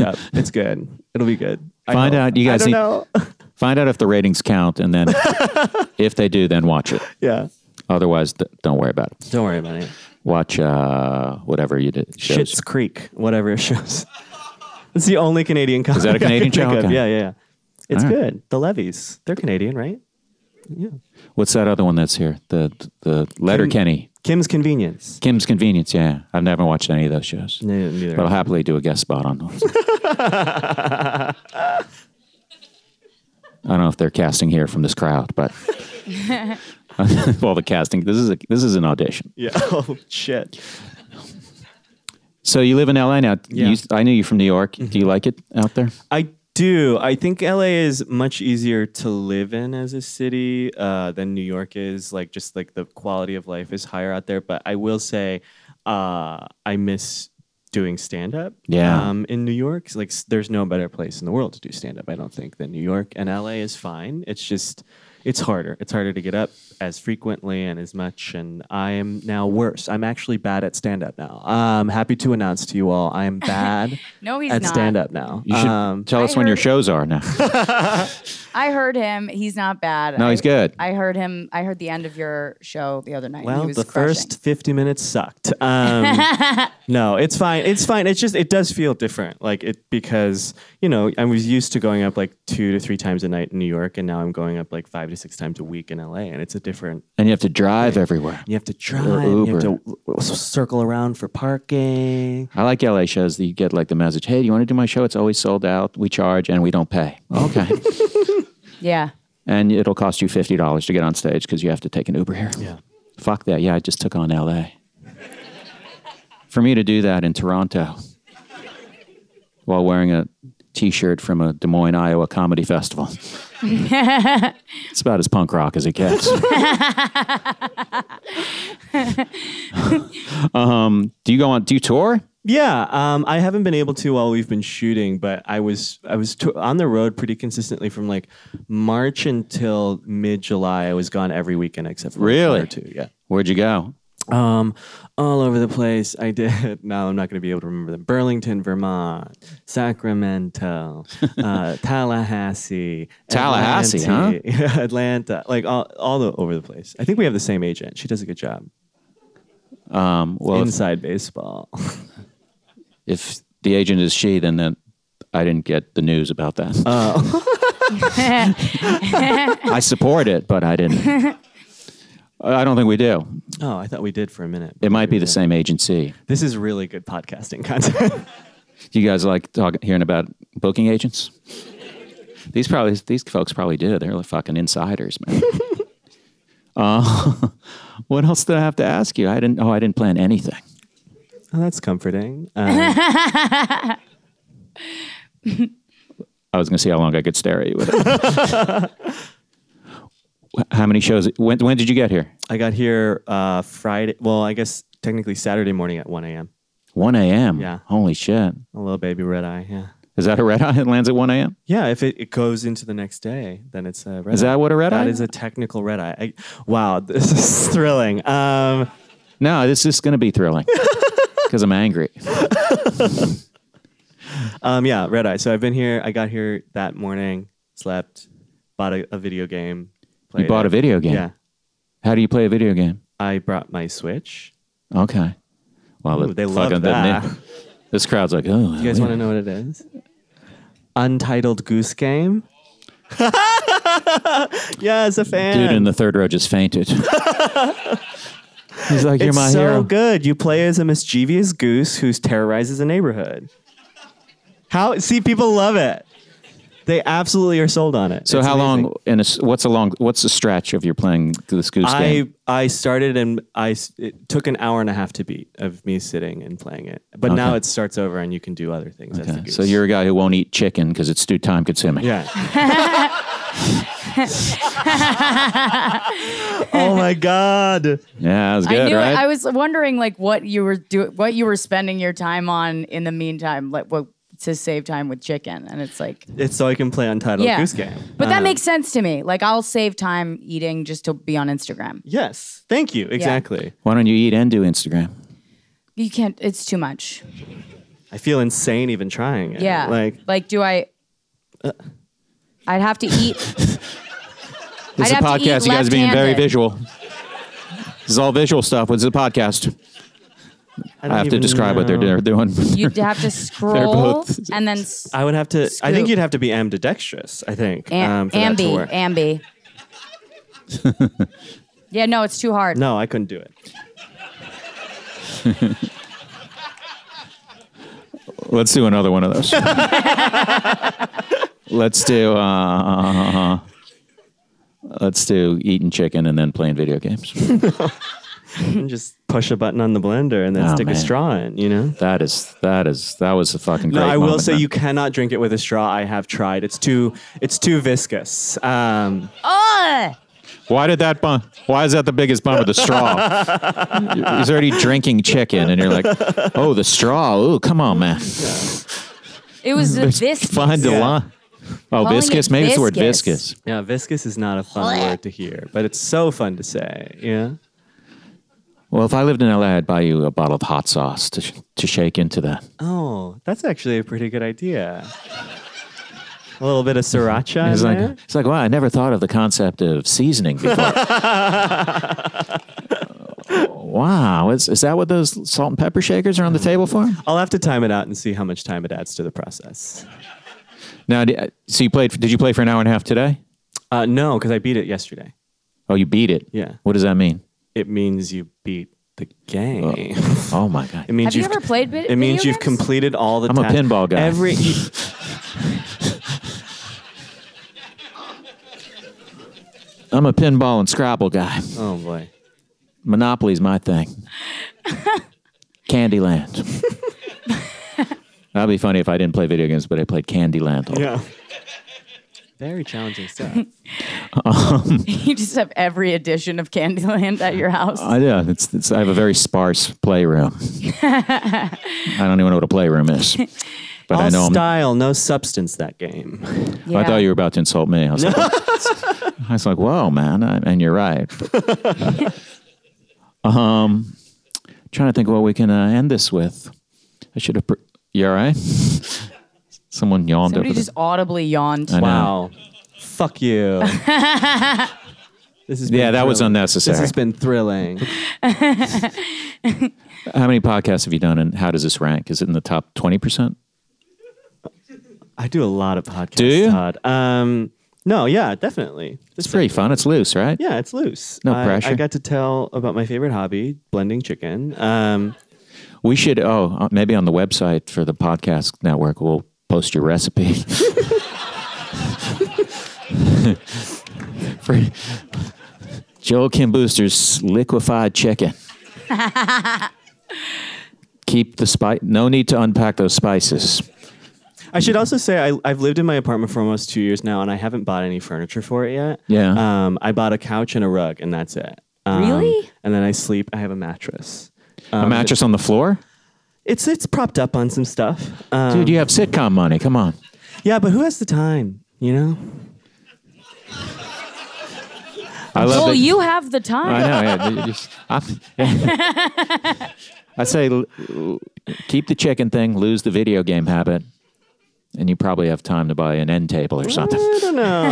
S7: up. It's good. It'll be good. I
S4: Find
S7: hope.
S4: out. You guys
S7: I
S4: need-
S7: don't know.
S4: Find out if the ratings count, and then if they do, then watch it.
S7: yeah.
S4: Otherwise, th- don't worry about it.
S7: Don't worry about it.
S4: Watch uh, whatever you did. shows.
S7: Shit's Creek, whatever it shows. It's the only Canadian comic. Is
S4: that a Canadian show? Okay.
S7: Yeah, yeah, yeah. It's
S4: All right.
S7: good. The Levies. They're Canadian, right?
S4: What's that other one that's here? The the Letter Kenny,
S7: Kim's Convenience.
S4: Kim's Convenience. Yeah, I've never watched any of those shows,
S7: No, neither.
S4: but I'll happily do a guest spot on those. I don't know if they're casting here from this crowd, but all the casting. This is a this is an audition.
S7: yeah. Oh, shit.
S4: So you live in LA now.
S7: Yeah. Mm-hmm.
S4: You, I knew you from New York. Do you like it out there?
S7: I do. I think LA is much easier to live in as a city uh, than New York is. Like, just like the quality of life is higher out there. But I will say, uh, I miss doing stand up.
S4: Yeah.
S7: Um, in New York, like, s- there's no better place in the world to do stand up, I don't think, than New York. And LA is fine. It's just, it's harder. It's harder to get up as frequently and as much. And I am now worse. I'm actually bad at stand up now. I'm happy to announce to you all, I am bad
S5: No, he's
S7: at
S5: not.
S7: stand up now.
S4: You should
S7: Um,
S4: tell us when your
S5: heard-
S4: shows are now.
S5: I heard him. He's not bad.
S4: No,
S5: I-
S4: he's good.
S5: I heard him. I heard the end of your show the other night. and
S7: Well,
S5: he was
S7: the
S5: crushing.
S7: first 50 minutes sucked. Um, no, it's fine. It's fine. It's just, it does feel different. Like it, because, you know, I was used to going up like two to three times a night in New York, and now I'm going up like five to six times a week in LA, and it's a different.
S4: and you have to drive everywhere.
S7: You have to drive, you
S4: Uber.
S7: have to w- w- circle around for parking.
S4: I like LA shows that you get like the message, hey, do you want to do my show? It's always sold out. We charge and we don't pay. Okay.
S5: Yeah.
S4: and it'll cost you $50 to get on stage because you have to take an Uber here.
S7: Yeah.
S4: Fuck that. Yeah, I just took on LA. For me to do that in Toronto while wearing a t shirt from a Des Moines, Iowa comedy festival, it's about as punk rock as it gets. um, do you go on, do you tour?
S7: Yeah, um, I haven't been able to while we've been shooting, but I was I was t- on the road pretty consistently from like March until mid July. I was gone every weekend except for like, one
S4: Really?
S7: or two. Yeah,
S4: Where'd you go?
S7: um, all over the place. I did. Now I'm not going to be able to remember them. Burlington, Vermont, Sacramento, uh, Tallahassee,
S4: Tallahassee, huh?
S7: Atlanta, Atlanta, like all all the, over the place. I think we have the same agent. She does a good job.
S4: Um, well, if,
S7: Inside baseball.
S4: if the agent is she, then, then I didn't get the news about that. I support it, but I didn't. I don't think we do.
S7: oh, I thought we did for a minute.
S4: It might be the same agency.
S7: This is really good podcasting content.
S4: You guys like talking, hearing about booking agents? these probably these folks probably do. They're like fucking insiders, man. uh, what else did I have to ask you? I didn't. Oh, I didn't plan anything.
S7: Oh, that's comforting. Um,
S4: I was going to see how long I could stare at you with it. how many shows? When, when did you get here?
S7: I got here uh, Friday. Well, I guess technically Saturday morning at 1 a.m.
S4: 1 a.m.
S7: Yeah.
S4: Holy shit.
S7: A little baby red eye. Yeah.
S4: Is that a red eye? It lands at 1 a.m.
S7: Yeah. If it, it goes into the next day, then it's a red
S4: Is
S7: eye.
S4: that what a red eye?
S7: That is a technical red eye. I, wow. This is thrilling. Um,
S4: no, this is going to be thrilling because I'm angry.
S7: um, yeah. Red eye. So I've been here. I got here that morning, slept, bought a, a video game.
S4: You
S7: played
S4: bought a
S7: it.
S4: video game.
S7: Yeah.
S4: How do you play a video game?
S7: I brought my Switch.
S4: Okay. Well,
S7: Ooh, they love that.
S4: this crowd's like, oh,
S7: You guys want to know what it is? Untitled Goose Game. yeah, as a fan.
S4: dude in the third row just fainted. He's like, you're
S7: it's
S4: my
S7: so
S4: hero.
S7: good. You play as a mischievous goose who terrorizes a neighborhood. How see people love it. They absolutely are sold on it.
S4: So
S7: It's
S4: how
S7: amazing.
S4: long? And it's- what's a long? What's the stretch of your playing this goose
S7: I
S4: game?
S7: I started and I s- it took an hour and a half to beat of me sitting and playing it. But now
S4: Okay.
S7: it starts over and you can do other things as the
S4: Okay.
S7: goose.
S4: So you're a guy who won't eat chicken because it's too time consuming.
S7: Yeah. oh my god.
S4: yeah, that was good,
S5: I knew
S4: right?
S5: it. I was wondering like what you were doing, what you were spending your time on in the meantime, like what to save time with chicken. And it's like,
S7: It's so I can play Untitled
S5: yeah,
S7: Goose Game.
S5: but
S4: Uh-huh.
S5: that
S7: Um,
S5: makes sense to me. Like I'll save time eating just to be on Instagram.
S7: Yes. Thank you. Exactly.
S4: Why don't you eat and do Instagram?
S5: You can't. It's too much.
S7: I feel insane even trying it.
S5: Yeah.
S7: Like
S5: like do I?
S4: uh,
S5: I'd have to eat.
S4: This is a
S5: I'd have to eat
S4: podcast. You guys are being very
S5: left-handed.
S4: visual. This is all visual stuff. What's a podcast?
S7: don't
S4: I have to
S7: even
S4: describe what they're
S7: know.
S4: do- doing.
S5: You'd have to scroll
S4: both-
S5: and then s-
S7: I would have to. I think
S5: Scoop.
S7: you'd have to be ambidextrous. I think.
S5: Am-
S7: um, for that to
S5: ambi,
S7: work.
S5: ambi. yeah, no, it's too hard.
S7: no, I couldn't do it.
S4: Let's do another one of those. let's do. Uh, let's do eating chicken and then playing video games.
S7: And just push a button on the blender and then
S4: Oh,
S7: stick
S4: man.
S7: a straw in. You know.
S4: That is that is that was a fucking.
S7: No,
S4: great
S7: I will
S4: moment,
S7: say
S4: man.
S7: you cannot drink it with a straw. I have tried. It's too. It's too viscous. Um,
S5: Ugh!
S4: Why did that bun? Why is that the biggest bun with the straw? He's already drinking chicken, and you're like, oh, the straw. Oh, come on, man.
S5: It was the this.
S4: Find the
S7: Yeah.
S4: line. Oh,
S5: Calling
S4: viscous.
S5: it
S4: Maybe it's the word
S5: viscous.
S4: viscous.
S7: yeah, viscous is not a fun word to hear, but it's so fun to say. Yeah.
S4: Well, if I lived in LA, I'd buy you a bottle of hot sauce to sh- to shake into that.
S7: Oh, that's actually a pretty good idea. A little bit of sriracha.
S4: It's
S7: in
S4: like
S7: there.
S4: it's like wow, I never thought of the concept of seasoning before. wow, is is that what those salt and pepper shakers are on the table for?
S7: I'll have to time it out and see how much time it adds to the process.
S4: Now, d- so you played? Did you play for an hour and a half today?
S7: Uh, no, because I beat it yesterday.
S4: Oh, you beat it.
S7: Yeah.
S4: What does that mean?
S7: It means you beat the game.
S4: Oh my god.
S7: It means
S5: Have you
S7: you've-
S5: ever played vid-
S7: It means
S5: video
S7: you've
S5: games?
S7: completed all the.
S4: I'm a
S7: ta-
S4: pinball guy.
S7: Every.
S4: I'm a pinball and Scrabble guy.
S7: oh boy.
S4: Monopoly's my thing. Candyland. That'd be funny if I didn't play video games, but I played Candyland. all-
S7: Yeah. Very challenging stuff.
S5: You just have every edition of Candyland at your house.
S4: I yeah, it's, it's I have a very sparse playroom. I don't even know what a playroom is, but
S7: all
S4: I know. I'm-
S7: style, no substance. That game.
S4: I thought you were about to insult me. I was like, I was like whoa, man, I, and you're right. um, trying to think what we can uh, end this with. I should have. Pre- you all right? Someone yawned
S5: Somebody
S4: over
S5: just audibly yawned.
S4: I know.
S7: Wow. Fuck you. this is
S4: Yeah, that was unnecessary.
S7: This has been thrilling.
S4: How many podcasts have you done, and how does this rank? Is it in the top twenty percent?
S7: I do a lot of podcasts.
S4: Do you?
S7: Todd. Um, no, yeah, definitely.
S4: It's pretty fun. It's loose, right?
S7: Yeah, it's loose.
S4: No
S7: I- I
S4: pressure.
S7: got to tell about my favorite hobby, blending chicken. Um,
S4: We should. Oh, uh, maybe on the website for the podcast network, we'll post your recipe. for Joel Kim Booster's liquefied chicken. Keep the spice. No need to unpack those spices.
S7: I should also say I, I've lived in my apartment for almost two years now, and I haven't bought any furniture for it yet.
S4: Yeah.
S7: Um, I bought a couch and a rug, and that's it. Um,
S5: Really?
S7: And then I sleep. I have a mattress.
S4: a mattress on the floor,
S7: It's it's propped up on some stuff. Um,
S4: dude. You have sitcom money. Come on.
S7: yeah, but who has the time? You know.
S4: I love
S5: Well,
S4: that-
S5: you have the
S4: I
S5: time.
S4: know. Yeah, You just- I'm- I say l- l- keep the chicken thing, lose the video game habit, and you probably have time to buy an end table or something.
S7: I don't know.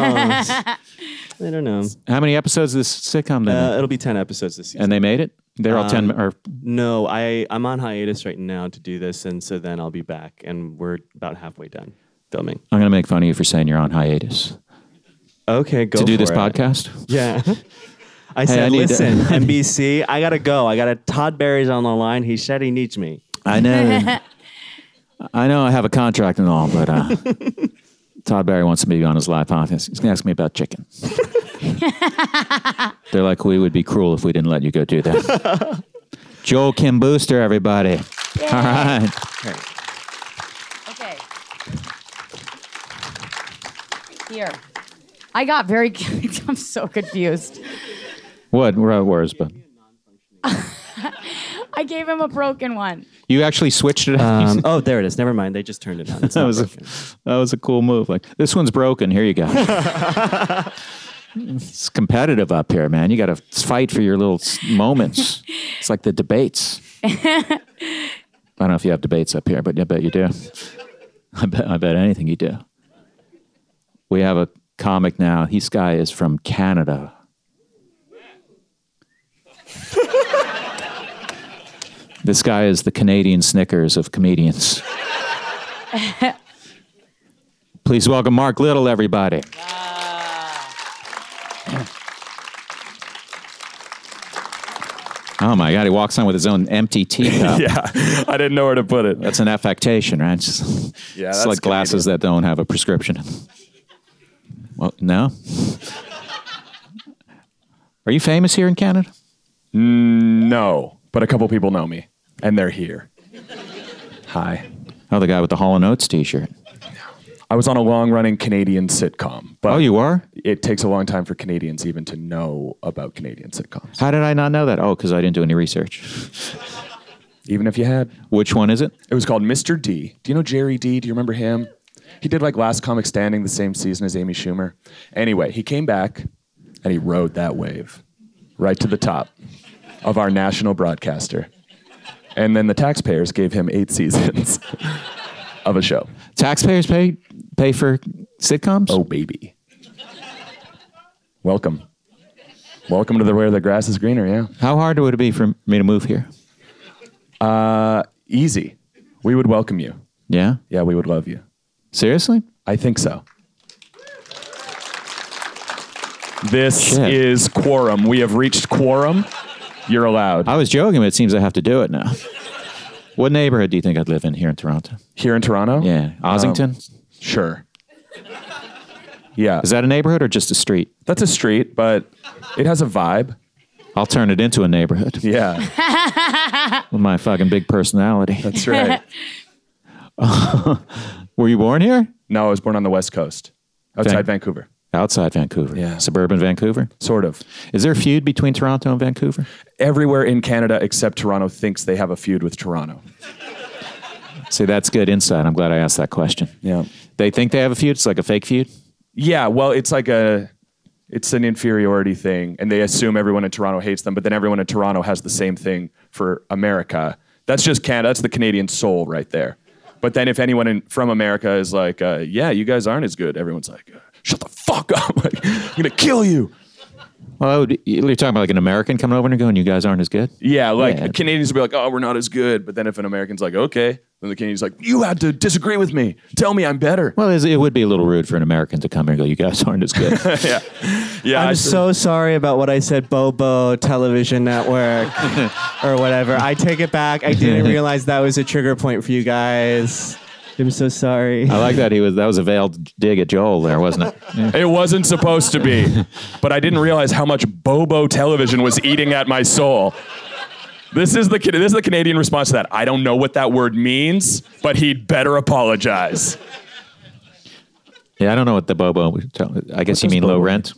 S7: I don't know.
S4: How many episodes of this sitcom they
S7: Uh, um,
S4: made?
S7: it'll be ten episodes this season.
S4: And they made it. They're all ten. Or
S7: no, I I'm on hiatus right now to do this, and so then I'll be back, and we're about halfway done filming.
S4: I'm gonna make fun of you for saying you're on hiatus
S7: Okay, go
S4: to do this
S7: for it.
S4: podcast.
S7: Yeah. I said,
S4: I need to-
S7: listen, NBC, I gotta go. I gotta. Todd Barry's on the line. He said he needs me.
S4: I know. I know. I have a contract and all, but uh, Todd Barry wants me to be on his live podcast. He's gonna ask me about chicken. They're like, we would be cruel if we didn't let you go do that. Joel Kim Booster, everybody. All right.
S5: Okay. Here. I got very. I'm so confused.
S4: What? We're at words, but
S5: I gave him a broken one.
S4: you actually switched it. up.
S7: Um, oh, there it is. Never mind. They just turned it on. It's
S4: that
S7: not
S4: was a,
S7: broken.
S4: that was a cool move. Like this one's broken. Here you go. it's competitive up here, man. You got to fight for your little s- moments. it's like the debates. I don't know if you have debates up here, but I bet you do. I bet I bet anything you do. We have a comic now. This guy is from Canada. this guy is the Canadian Snickers of comedians. Please welcome Mark Little, everybody. Oh my God, he walks on with his own empty teacup.
S3: yeah, I didn't know where to put it.
S4: That's an affectation, right? Just-
S3: Yeah,
S4: it's
S3: that's
S4: like glasses that don't have a prescription. Well, no. Are you famous here in Canada?
S3: No, but a couple people know me, and they're here. Hi.
S4: Oh, the guy with the Hall and Oates T-shirt.
S3: I was on a long-running Canadian sitcom, but
S4: Oh, you are.
S3: it takes a long time for Canadians even to know about Canadian sitcoms.
S4: How did I not know that? Oh, because I didn't do any research.
S3: Even if you had,
S4: Which one is it?
S3: it was called Mr. D. Do you know Jerry D? Do you remember him? He did like Last Comic Standing the same season as Amy Schumer. Anyway, he came back and he rode that wave right to the top of our national broadcaster. And then the taxpayers gave him eight seasons of a show.
S4: Taxpayers pay pay for sitcoms.
S3: Oh, baby. Welcome. Welcome to the where the grass is greener, yeah.
S4: How hard would it be for me to move here?
S3: Easy. We would welcome you.
S4: Yeah.
S3: Yeah, we would love you.
S4: Seriously?
S3: I think so. This
S4: Shit.
S3: is quorum. We have reached quorum. You're allowed.
S4: I was joking, but it seems I have to do it now. what neighborhood do you think I'd live in here in Toronto?
S3: Here in Toronto?
S4: Yeah. Ossington?
S3: Um, Sure. Yeah.
S4: is that a neighborhood or just a street?
S3: That's a street, but it has a vibe.
S4: I'll turn it into a neighborhood
S3: Yeah.
S4: with my fucking big personality.
S3: That's right.
S4: Were you born here?
S3: No, I was born on the West Coast, outside
S4: Thank-
S3: Vancouver.
S4: Outside Vancouver.
S3: Yeah.
S4: Suburban Vancouver.
S3: Sort of.
S4: Is there a feud between Toronto and Vancouver?
S3: everywhere in Canada except Toronto thinks they have a feud with Toronto.
S4: See, that's good insight. I'm glad I asked that question.
S3: Yeah.
S4: They think they have a feud. It's like a fake feud.
S3: Yeah, well, it's like a it's an inferiority thing and they assume everyone in Toronto hates them, but then everyone in Toronto has the same thing for America. That's just Canada. That's the Canadian soul right there. But then if anyone in, from America is like, uh, "Yeah, you guys aren't as good." Everyone's like, uh, "Shut the fuck up. like, I'm going to kill you."
S4: Well, that would be, you're talking about like an American coming over and going, you guys aren't as good?
S3: Yeah, like
S4: Yeah.
S3: Canadians would be like, "Oh, we're not as good." But then if an American's like, "Okay," then the Canadian's like, "You had to disagree with me. Tell me I'm better."
S4: Well, it's- it would be a little rude for an American to come here and go, you guys aren't as good.
S3: yeah. Yeah,
S7: I'm
S3: I-
S7: so sorry about what I said, Bobo Television Network or whatever. I take it back. I didn't realize that was a trigger point for you guys. I'm so sorry.
S4: I like that he was that was a veiled dig at Joel there, wasn't it? Yeah.
S3: It wasn't supposed to be, but I didn't realize how much Bobo television was eating at my soul. This is the Ca- this is the Canadian response to that. I don't know what that word means, but he'd better apologize.
S4: Yeah, I don't know what the Bobo. I guess you mean low rent.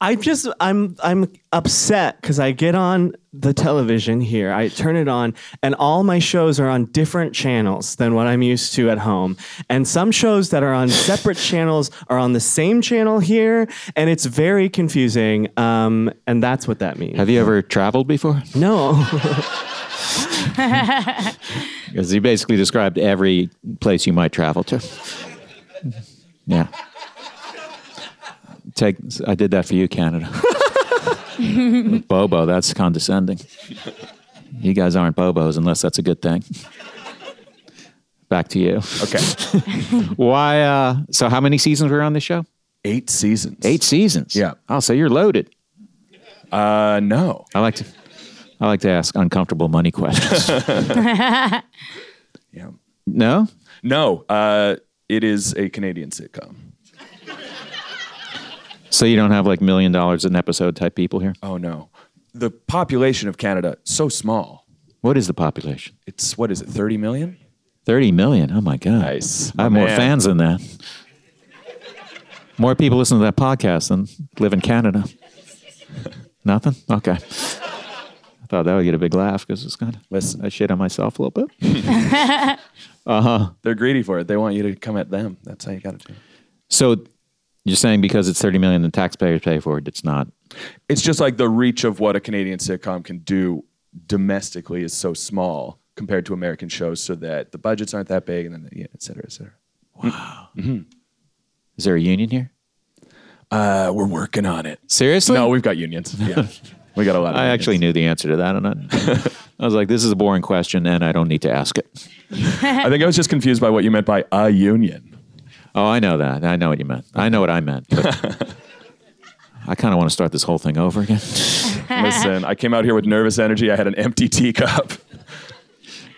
S7: I just I'm I'm upset because I get on the television here. I turn it on, and all my shows are on different channels than what I'm used to at home. And some shows that are on separate channels are on the same channel here, and it's very confusing. Um, and that's what that means.
S4: Have you ever traveled before?
S7: no,
S4: Because he basically described every place you might travel to. Yeah. Take. I did that for you, Canada. With Bobo, that's condescending. You guys aren't Bobos unless that's a good thing. Back to you.
S3: Okay,
S4: Why? Uh, so, how many seasons were on this show?
S3: eight seasons.
S4: Eight seasons.
S3: Yeah.
S4: Oh, so you're loaded.
S3: Uh, no.
S4: I like to. I like to ask uncomfortable money questions.
S3: Yeah.
S4: no.
S3: No. Uh, it is a Canadian sitcom.
S4: So you don't have like million dollars an episode type people here.
S3: Oh no, the population of Canada so small.
S4: What is the population?
S3: It's what is it? Thirty million?
S4: Thirty million. Oh my god.
S3: Nice.
S4: I have
S3: My
S4: more
S3: man.
S4: fans than that. More people listen to that podcast than live in Canada. Nothing. Okay. I thought that would get a big laugh because it's kind of.
S3: Listen.
S4: I shit on myself a little bit.
S3: They're greedy for it. They want you to come at them. That's how you got to do. it.
S4: So you're saying because it's 30 million the taxpayers pay for it, it's not.
S3: it's just like the reach of what a Canadian sitcom can do domestically is so small compared to American shows, so that the budgets aren't that big, and then yeah, et cetera, et cetera.
S4: Is there a union here?
S3: Uh, we're working on it.
S4: Seriously?
S3: No, we've got unions. Yeah, we got a lot. Of
S4: I
S3: unions.
S4: actually knew the answer to that, and I, I was like, "This is a boring question, and I don't need to ask it."
S3: I think I was just confused by what you meant by a union.
S4: Oh, I know that. I know what you meant. I know what I meant. but I kind of want to start this whole thing over again.
S3: Listen, I came out here with nervous energy. I had an empty teacup.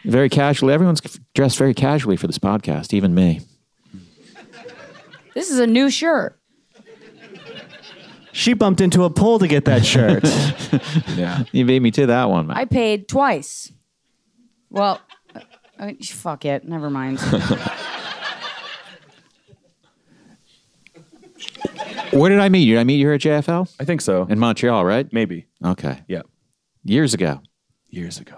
S4: Very casually, everyone's dressed very casually for this podcast, even me.
S5: This is a new shirt.
S7: she bumped into a pole to get that shirt.
S3: Yeah,
S4: You beat me to that one. man.
S5: I paid twice. Well, uh, I mean, fuck it. Never mind.
S4: Where did I meet you? Did I meet you here at JFL
S3: I think so.
S4: in
S3: And
S4: Montreal, right?
S3: maybe,
S4: Okay,
S3: yeah,
S4: years ago.
S3: years ago.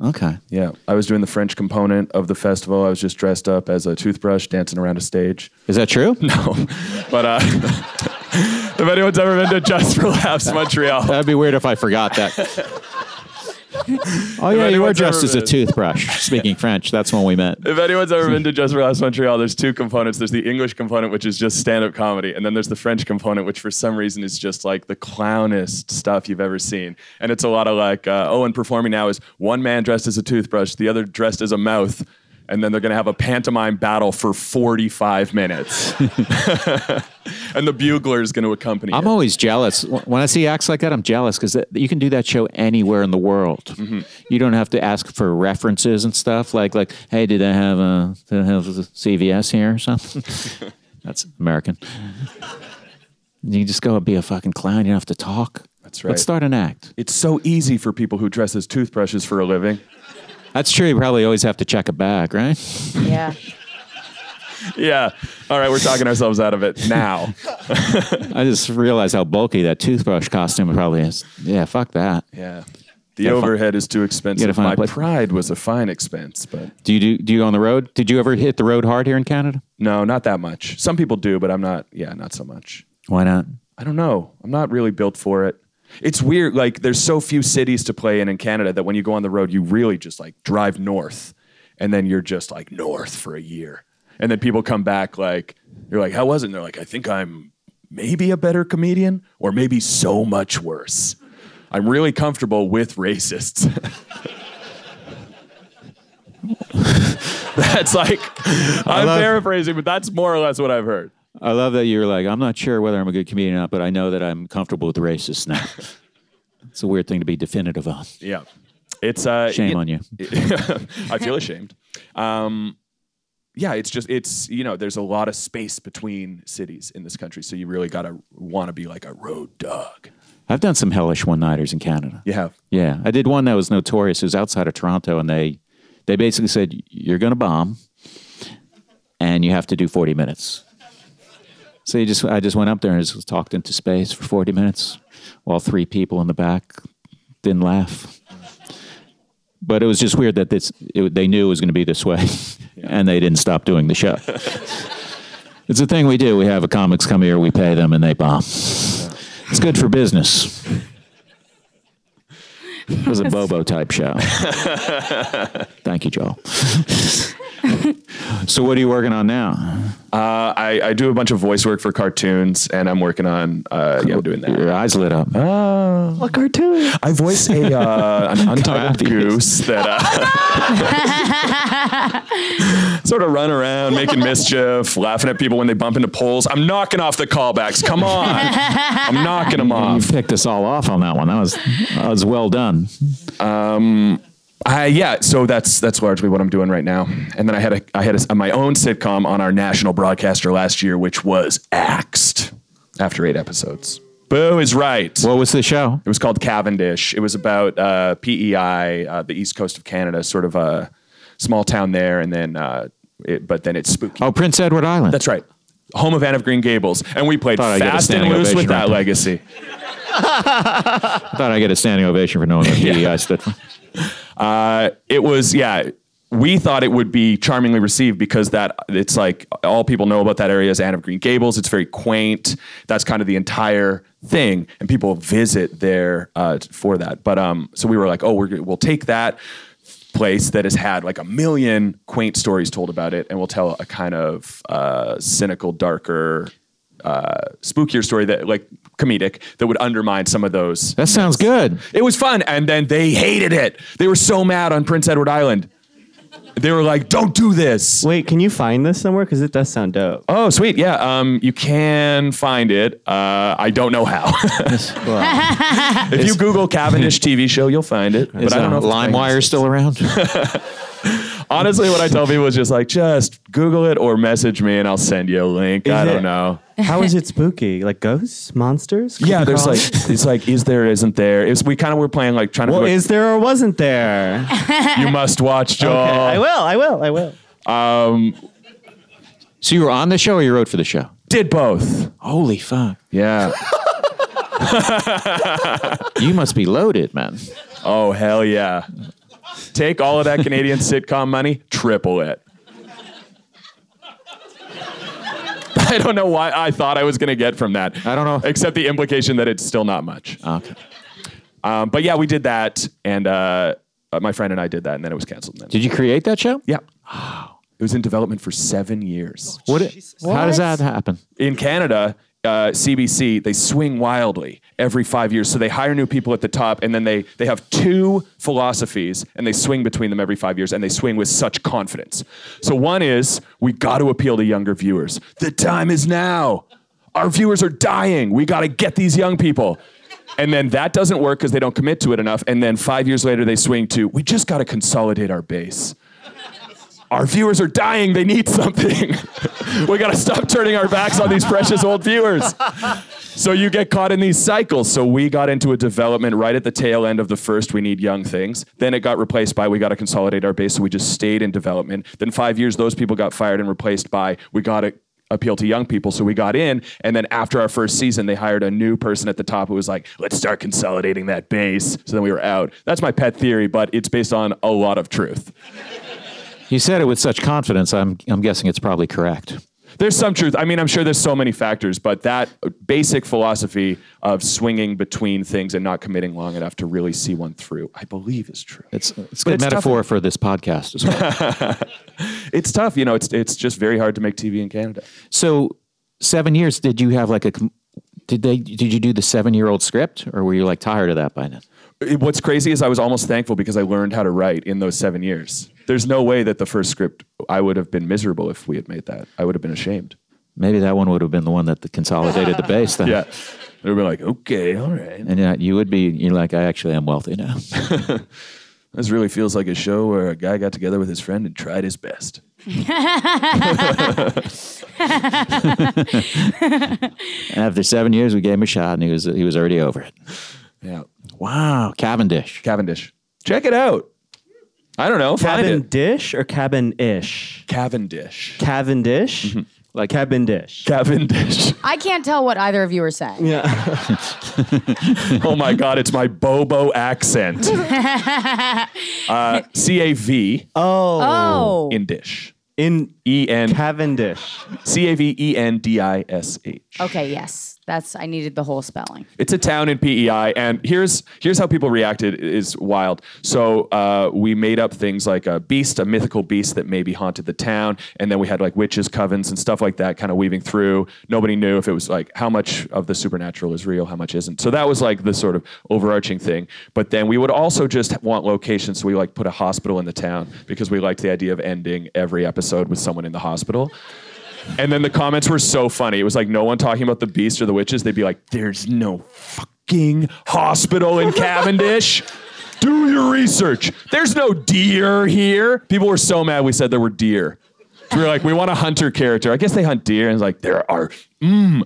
S4: Okay,
S3: Yeah, I was doing the French component of the festival. I was just dressed up as a toothbrush, dancing around a stage.
S4: is that true?
S3: No, but uh, if anyone's ever been to Just for Laughs Montreal,
S4: That'd be weird if I forgot that. oh yeah, you were
S3: anyone's
S4: dressed
S3: ever
S4: as a
S3: been-
S4: toothbrush. Speaking French, that's when we met.
S3: if anyone's ever been to Just for Laughs Montreal, there's two components. There's the English component, which is just stand-up comedy, and then there's the French component, which for some reason is just like the clownest stuff you've ever seen. And it's a lot of like, uh, oh, and performing now is one man dressed as a toothbrush, the other dressed as a mouth. And then they're going to have a pantomime battle for 45 minutes. and the bugler is going to accompany
S4: I'm
S3: it.
S4: always jealous Wh- when I see acts like that. I'm jealous because you can do that show anywhere in the world. You don't have to ask for references and stuff. Like, like, hey, did I have a did I have a CVS here or something? That's American. You can just go and be a fucking clown. You don't have to talk.
S3: That's right.
S4: Let's start an act.
S3: It's so easy for people who dress as toothbrushes for a living.
S4: That's true. You probably always have to check a bag, right?
S5: yeah.
S3: Yeah. All right, we're talking ourselves out of it now.
S4: I just realized how bulky that toothbrush costume probably is. Yeah, fuck that.
S3: Yeah. The
S4: Gotta fi-
S3: overhead is too
S4: gotta
S3: expensive.
S4: find a
S3: My
S4: place-
S3: pride was a fine expense, but
S4: Do you do, do you go on the road? Did you ever hit the road hard here in Canada?
S3: no, not that much. Some people do, but I'm not. Yeah, not so much.
S4: Why not?
S3: I don't know. I'm not really built for it. It's weird. Like, there's so few cities to play in in Canada that when you go on the road, you really just like drive north and then you're just like north for a year. And then people come back, like, you're like, how was it? And they're like, I think I'm maybe a better comedian or maybe so much worse. I'm really comfortable with racists. that's like, I'm
S4: love-
S3: paraphrasing, but that's more or less what I've heard.
S4: I love that you're like, I'm not sure whether I'm a good comedian or not, but I know that I'm comfortable with racists now. it's a weird thing to be definitive on.
S3: Yeah. It's uh
S4: Shame
S3: you-
S4: on you.
S3: I feel ashamed. Um, yeah, it's just it's you know there's a lot of space between cities in this country, so you really gotta want to be like a road dog.
S4: I've done some hellish one nighters in Canada.
S3: You have
S4: Yeah, I did one that was notorious. It was outside of Toronto, and they they basically said you're going to bomb, and you have to do 40 minutes. So you just I just went up there and just talked into space for 40 minutes, while three people in the back didn't laugh. But it was just weird that this it, they knew it was going to be this way, and they didn't stop doing the show. it's a thing we do. We have a comics come here, we pay them, and they bomb. It's good for business. It was a Bobo type show. Thank you, Joel. so, what are you working on now?
S3: uh, I I do a bunch of voice work for cartoons, and I'm working on uh, yeah I'm doing that.
S4: Your eyes lit up.
S3: A cartoon. I voice a uh, an untitled goose that uh, sort of uh, run around making mischief, laughing at people when they bump into poles. I'm knocking off the callbacks. Come on, I'm knocking them
S4: You
S3: off.
S4: picked us all off on that one. That was that was well done.
S3: Uh, yeah, so that's that's largely what I'm doing right now. And then I had a I had a, my own sitcom on our national broadcaster last year, which was axed after eight episodes. Boo is right.
S4: What was the show?
S3: It was called Cavendish. It was about uh, PEI, uh, the east coast of Canada, sort of a small town there, and then uh, it, but then it's spooky.
S4: Oh, Prince Edward Island.
S3: That's right, home of Anne of Green Gables, and we played
S4: Thought I'd get a
S3: fast and
S4: standing
S3: loose
S4: ovation
S3: with
S4: right
S3: that
S4: there.
S3: legacy.
S4: I thought I get a standing ovation for knowing what PEI stood for.
S3: Uh, it was yeah. We thought it would be charmingly received because that it's like all people know about that area is Anne of Green Gables. It's very quaint. That's kind of the entire thing, and people visit there uh, for that. But um, so we were like, oh, we're, g- we'll take that place that has had like a million quaint stories told about it, and we'll tell a kind of uh, cynical, darker, uh, spookier story that like comedic that would undermine some of those
S4: That sounds good.
S3: it was fun. And then they hated it. They were so mad on Prince Edward Island. They were like, don't do this.
S7: Wait, can you find this somewhere? Because it does sound dope.
S3: Oh, sweet. Yeah. Um, you can find it. Uh, I don't know how. if you Google Cavendish TV show, you'll find it. But
S4: Is,
S3: I don't know
S4: uh,
S3: if it's
S4: LimeWire
S3: famous.
S4: still around?
S3: Honestly, what I tell people is just like, just Google it or message me and I'll send you a link. I
S7: Is
S3: don't
S7: it-
S3: know.
S7: How is it spooky? Like ghosts, monsters?
S3: Yeah, there's like,
S7: Crawls?
S3: it's like, is there, isn't there? It's, we kind of were playing like trying to.
S7: Well,
S3: be like,
S7: is there or wasn't there?
S3: you must watch Joel.
S7: Okay, I will. I will. I will.
S4: so you were on the show, or you wrote for the show?
S3: Did both.
S4: Holy fuck!
S3: Yeah.
S4: You must be loaded, man.
S3: Oh, hell yeah. Take all of that Canadian sitcom money, triple it. I don't know what I thought I was going to get from that.
S4: I don't know. Ah,
S3: Except the implication that it's still not much.
S4: Okay.
S3: Um, but yeah, we did that. And uh, uh, my friend and I did that. And then it was canceled. Then.
S4: Did you create that show?
S3: yeah. It was in development for seven years.
S4: What? How does that happen?
S3: in Canada, uh, CBC, they swing wildly every five years. So they hire new people at the top, and then they, they have two philosophies, and they swing between them every five years, and they swing with such confidence. So one is we got to appeal to younger viewers. The time is now. Our viewers are dying. We got to get these young people. And then that doesn't work because they don't commit to it enough. And then five years later, they swing to we just got to consolidate our base our viewers are dying. They need something. we got to stop turning our backs on these precious old viewers. So you get caught in these cycles. So we got into a development right at the tail end of the first We Need Young Things. Then it got replaced by We Got to Consolidate Our Base. So we just stayed in development. Then five years, those people got fired and replaced by We Got to Appeal to young people. So we got in. And then after our first season, they hired a new person at the top who was like, let's start consolidating that base. So then we were out. That's my pet theory, but it's based on a lot of truth.
S4: You said it with such confidence. I'm I'm guessing it's probably correct.
S3: There's some truth. I mean, I'm sure there's so many factors, but that basic philosophy of swinging between things and not committing long enough to really see one through, I believe is true.
S4: It's it's a
S3: But
S4: good
S3: it's tough.
S4: metaphor for this podcast as well.
S3: It's tough, you know, it's it's just very hard to make TV in Canada.
S4: so seven years. Did you have like a? com- Did they? Did you do the seven year old script, or were you like tired of that by then?
S3: It- what's crazy is I was almost thankful because I learned how to write in those 7 years. There's no way that the first script I would have been miserable if we had made that. I would have been ashamed.
S4: Maybe that one would have been the one that consolidated the base. Then.
S3: Yeah. They'd be like, okay, all right.
S4: And uh, you would be, you're like, I actually am wealthy now.
S3: This really feels like a show where a guy got together with his friend and tried his best.
S4: And after seven years, we gave him a shot, and he was he was already over it.
S3: Yeah.
S4: Wow, Cavendish.
S3: Cavendish. Check it out. I don't know. Find it.
S7: Cavendish or Cabin-ish?
S3: Cavendish.
S7: Cavendish? Like Cavendish.
S3: Cavendish.
S5: I can't tell what either of you are saying.
S7: yeah.
S3: Oh my God, it's my Bobo accent. uh, C A V
S5: Oh,
S3: in dish.
S7: In
S3: E N
S7: Cavendish.
S3: C A V E N D I S H.
S5: okay. Yes, that's. I needed the whole spelling.
S3: It's a town in PEI, and here's here's how people reacted It is wild. So uh, we made up things like a beast, a mythical beast that maybe haunted the town, and then we had like witches, covens, and stuff like that, kind of weaving through. Nobody knew if it was like how much of the supernatural is real, how much isn't. So that was like the sort of overarching thing. But then we would also just want locations, so we like put a hospital in the town because we liked the idea of ending every episode with someone in the hospital. And then the comments were so funny. It was like no one talking about the beast or the witches. They'd be like, "There's no fucking hospital in Cavendish. Do your research. There's no deer here." People were so mad we said there were deer. So we were like, "We want a hunter character. I guess they hunt deer." And it's like, "There are. Mmm.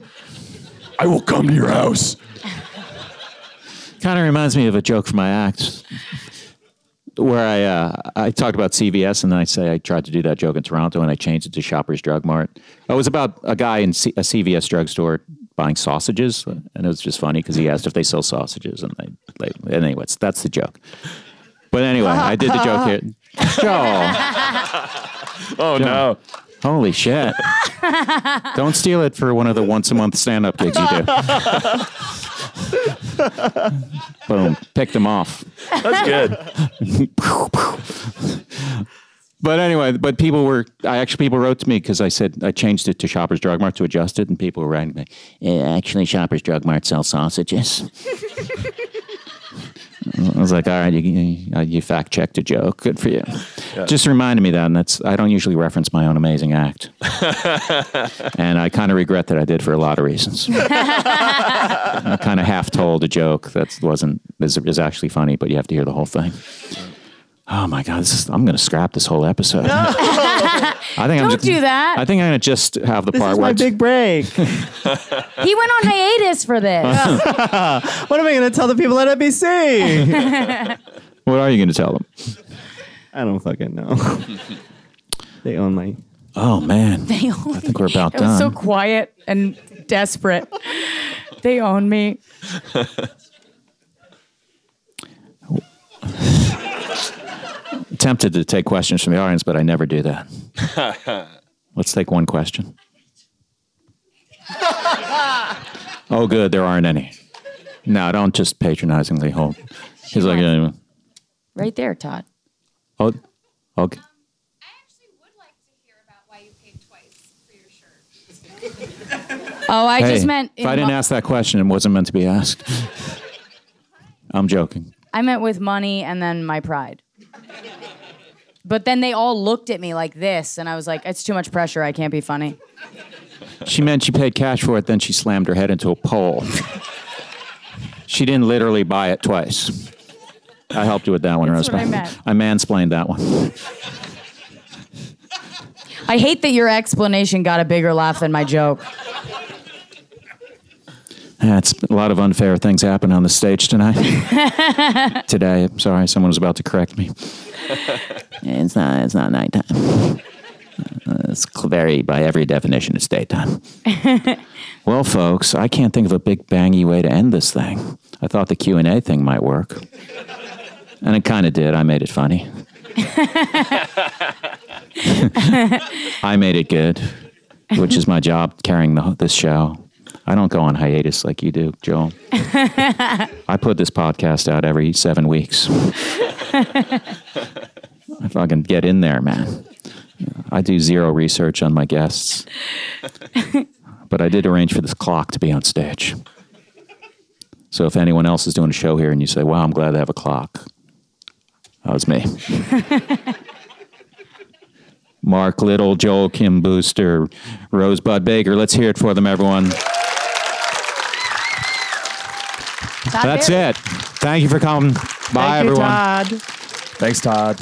S3: I will come to your house."
S4: Kind of reminds me of a joke from my act, where I uh, I talked about CVS, and then I say I tried to do that joke in Toronto, and I changed it to Shoppers Drug Mart. It was about a guy in C- a CVS drugstore buying sausages, and it was just funny because he asked if they sell sausages, and they, they and anyways, that's the joke. But anyway, I did the joke here. Joe,
S3: Oh no.
S4: holy shit! Don't steal it for one of the once a month stand up gigs you do. Boom! Picked him off.
S3: That's good.
S4: But anyway, but people were, I actually, people wrote to me because I said, I changed it to Shoppers Drug Mart to adjust it, and people were writing me, "Eh, actually, Shoppers Drug Mart sells sausages. I was like, all right, you, you, uh, you fact checked a joke. Good for you. Just reminded me that, and that's, I don't usually reference my own amazing act. and I kind of regret that I did for a lot of reasons. I kind of half told a joke that wasn't, is, is actually funny, but you have to hear the whole thing. Oh my god, this is, I'm going to scrap this whole episode. I think I'm
S5: Don't
S4: just,
S5: do that.
S4: I think I'm going to just have the part where it's-
S7: break.
S5: He went on hiatus for this.
S7: what am I going to tell the people at NBC?
S4: what are you going to tell them?
S7: I don't fucking know. they own my.
S4: Oh man, I think we're about
S5: It
S4: done.
S5: was so quiet and desperate. they own me.
S4: Tempted to take questions from the audience, but I never do that. Let's take one question. oh, good, there aren't any. No, don't just patronizingly hold. He's like, uh,
S5: Right there, Todd.
S4: oh, okay.
S1: I actually would like to hear about why you paid twice for your shirt.
S5: Oh, I
S4: Hey,
S5: just meant.
S4: if I didn't
S5: mo-
S4: ask that question, it wasn't meant to be asked. I'm joking.
S5: I meant with money and then my pride. But then they all looked at me like this, and I was like, "It's too much pressure. I can't be funny."
S4: She meant she paid cash for it, then she slammed her head into a pole. she didn't literally buy it twice. I helped you with that one,
S5: That's what I
S4: Rosemary.
S5: meant.
S4: mansplained that one.
S5: I hate that your explanation got a bigger laugh than my joke.
S4: Yeah, it's a lot of unfair things happen on the stage tonight. Today, I'm sorry, someone was about to correct me. it's not. It's not nighttime. Uh, It's cl- very, by every definition, it's daytime. well, folks, I can't think of a big bangy way to end this thing. I thought the Q and A thing might work, and it kind of did. I made it funny. I made it good, which is my job carrying the, this show. I don't go on hiatus like you do, Joel. I put this podcast out every seven weeks. I fucking get in there, man. I do zero research on my guests, but I did arrange for this clock to be on stage. So if anyone else is doing a show here and you say, "Wow, I'm glad they have a clock," that was me. Mark Little, Joel Kim Booster, Rosebud Baker. Let's hear it for them, everyone.
S5: Todd
S4: That's
S5: Barry.
S4: it. Thank you for coming. Bye,
S7: Thank you,
S4: everyone.
S7: Todd.
S3: Thanks, Todd.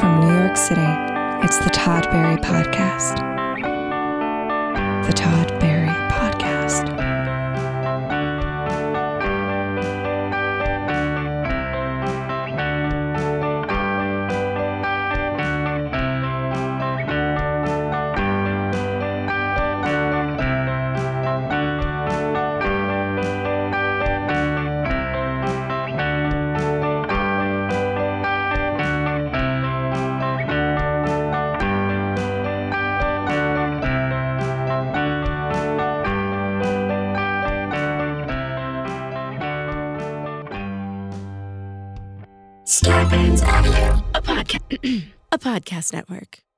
S2: From New York City, it's the Todd Berry Podcast. The Todd Berry Podcast.
S8: Star Audio, a podcast, a podcast network.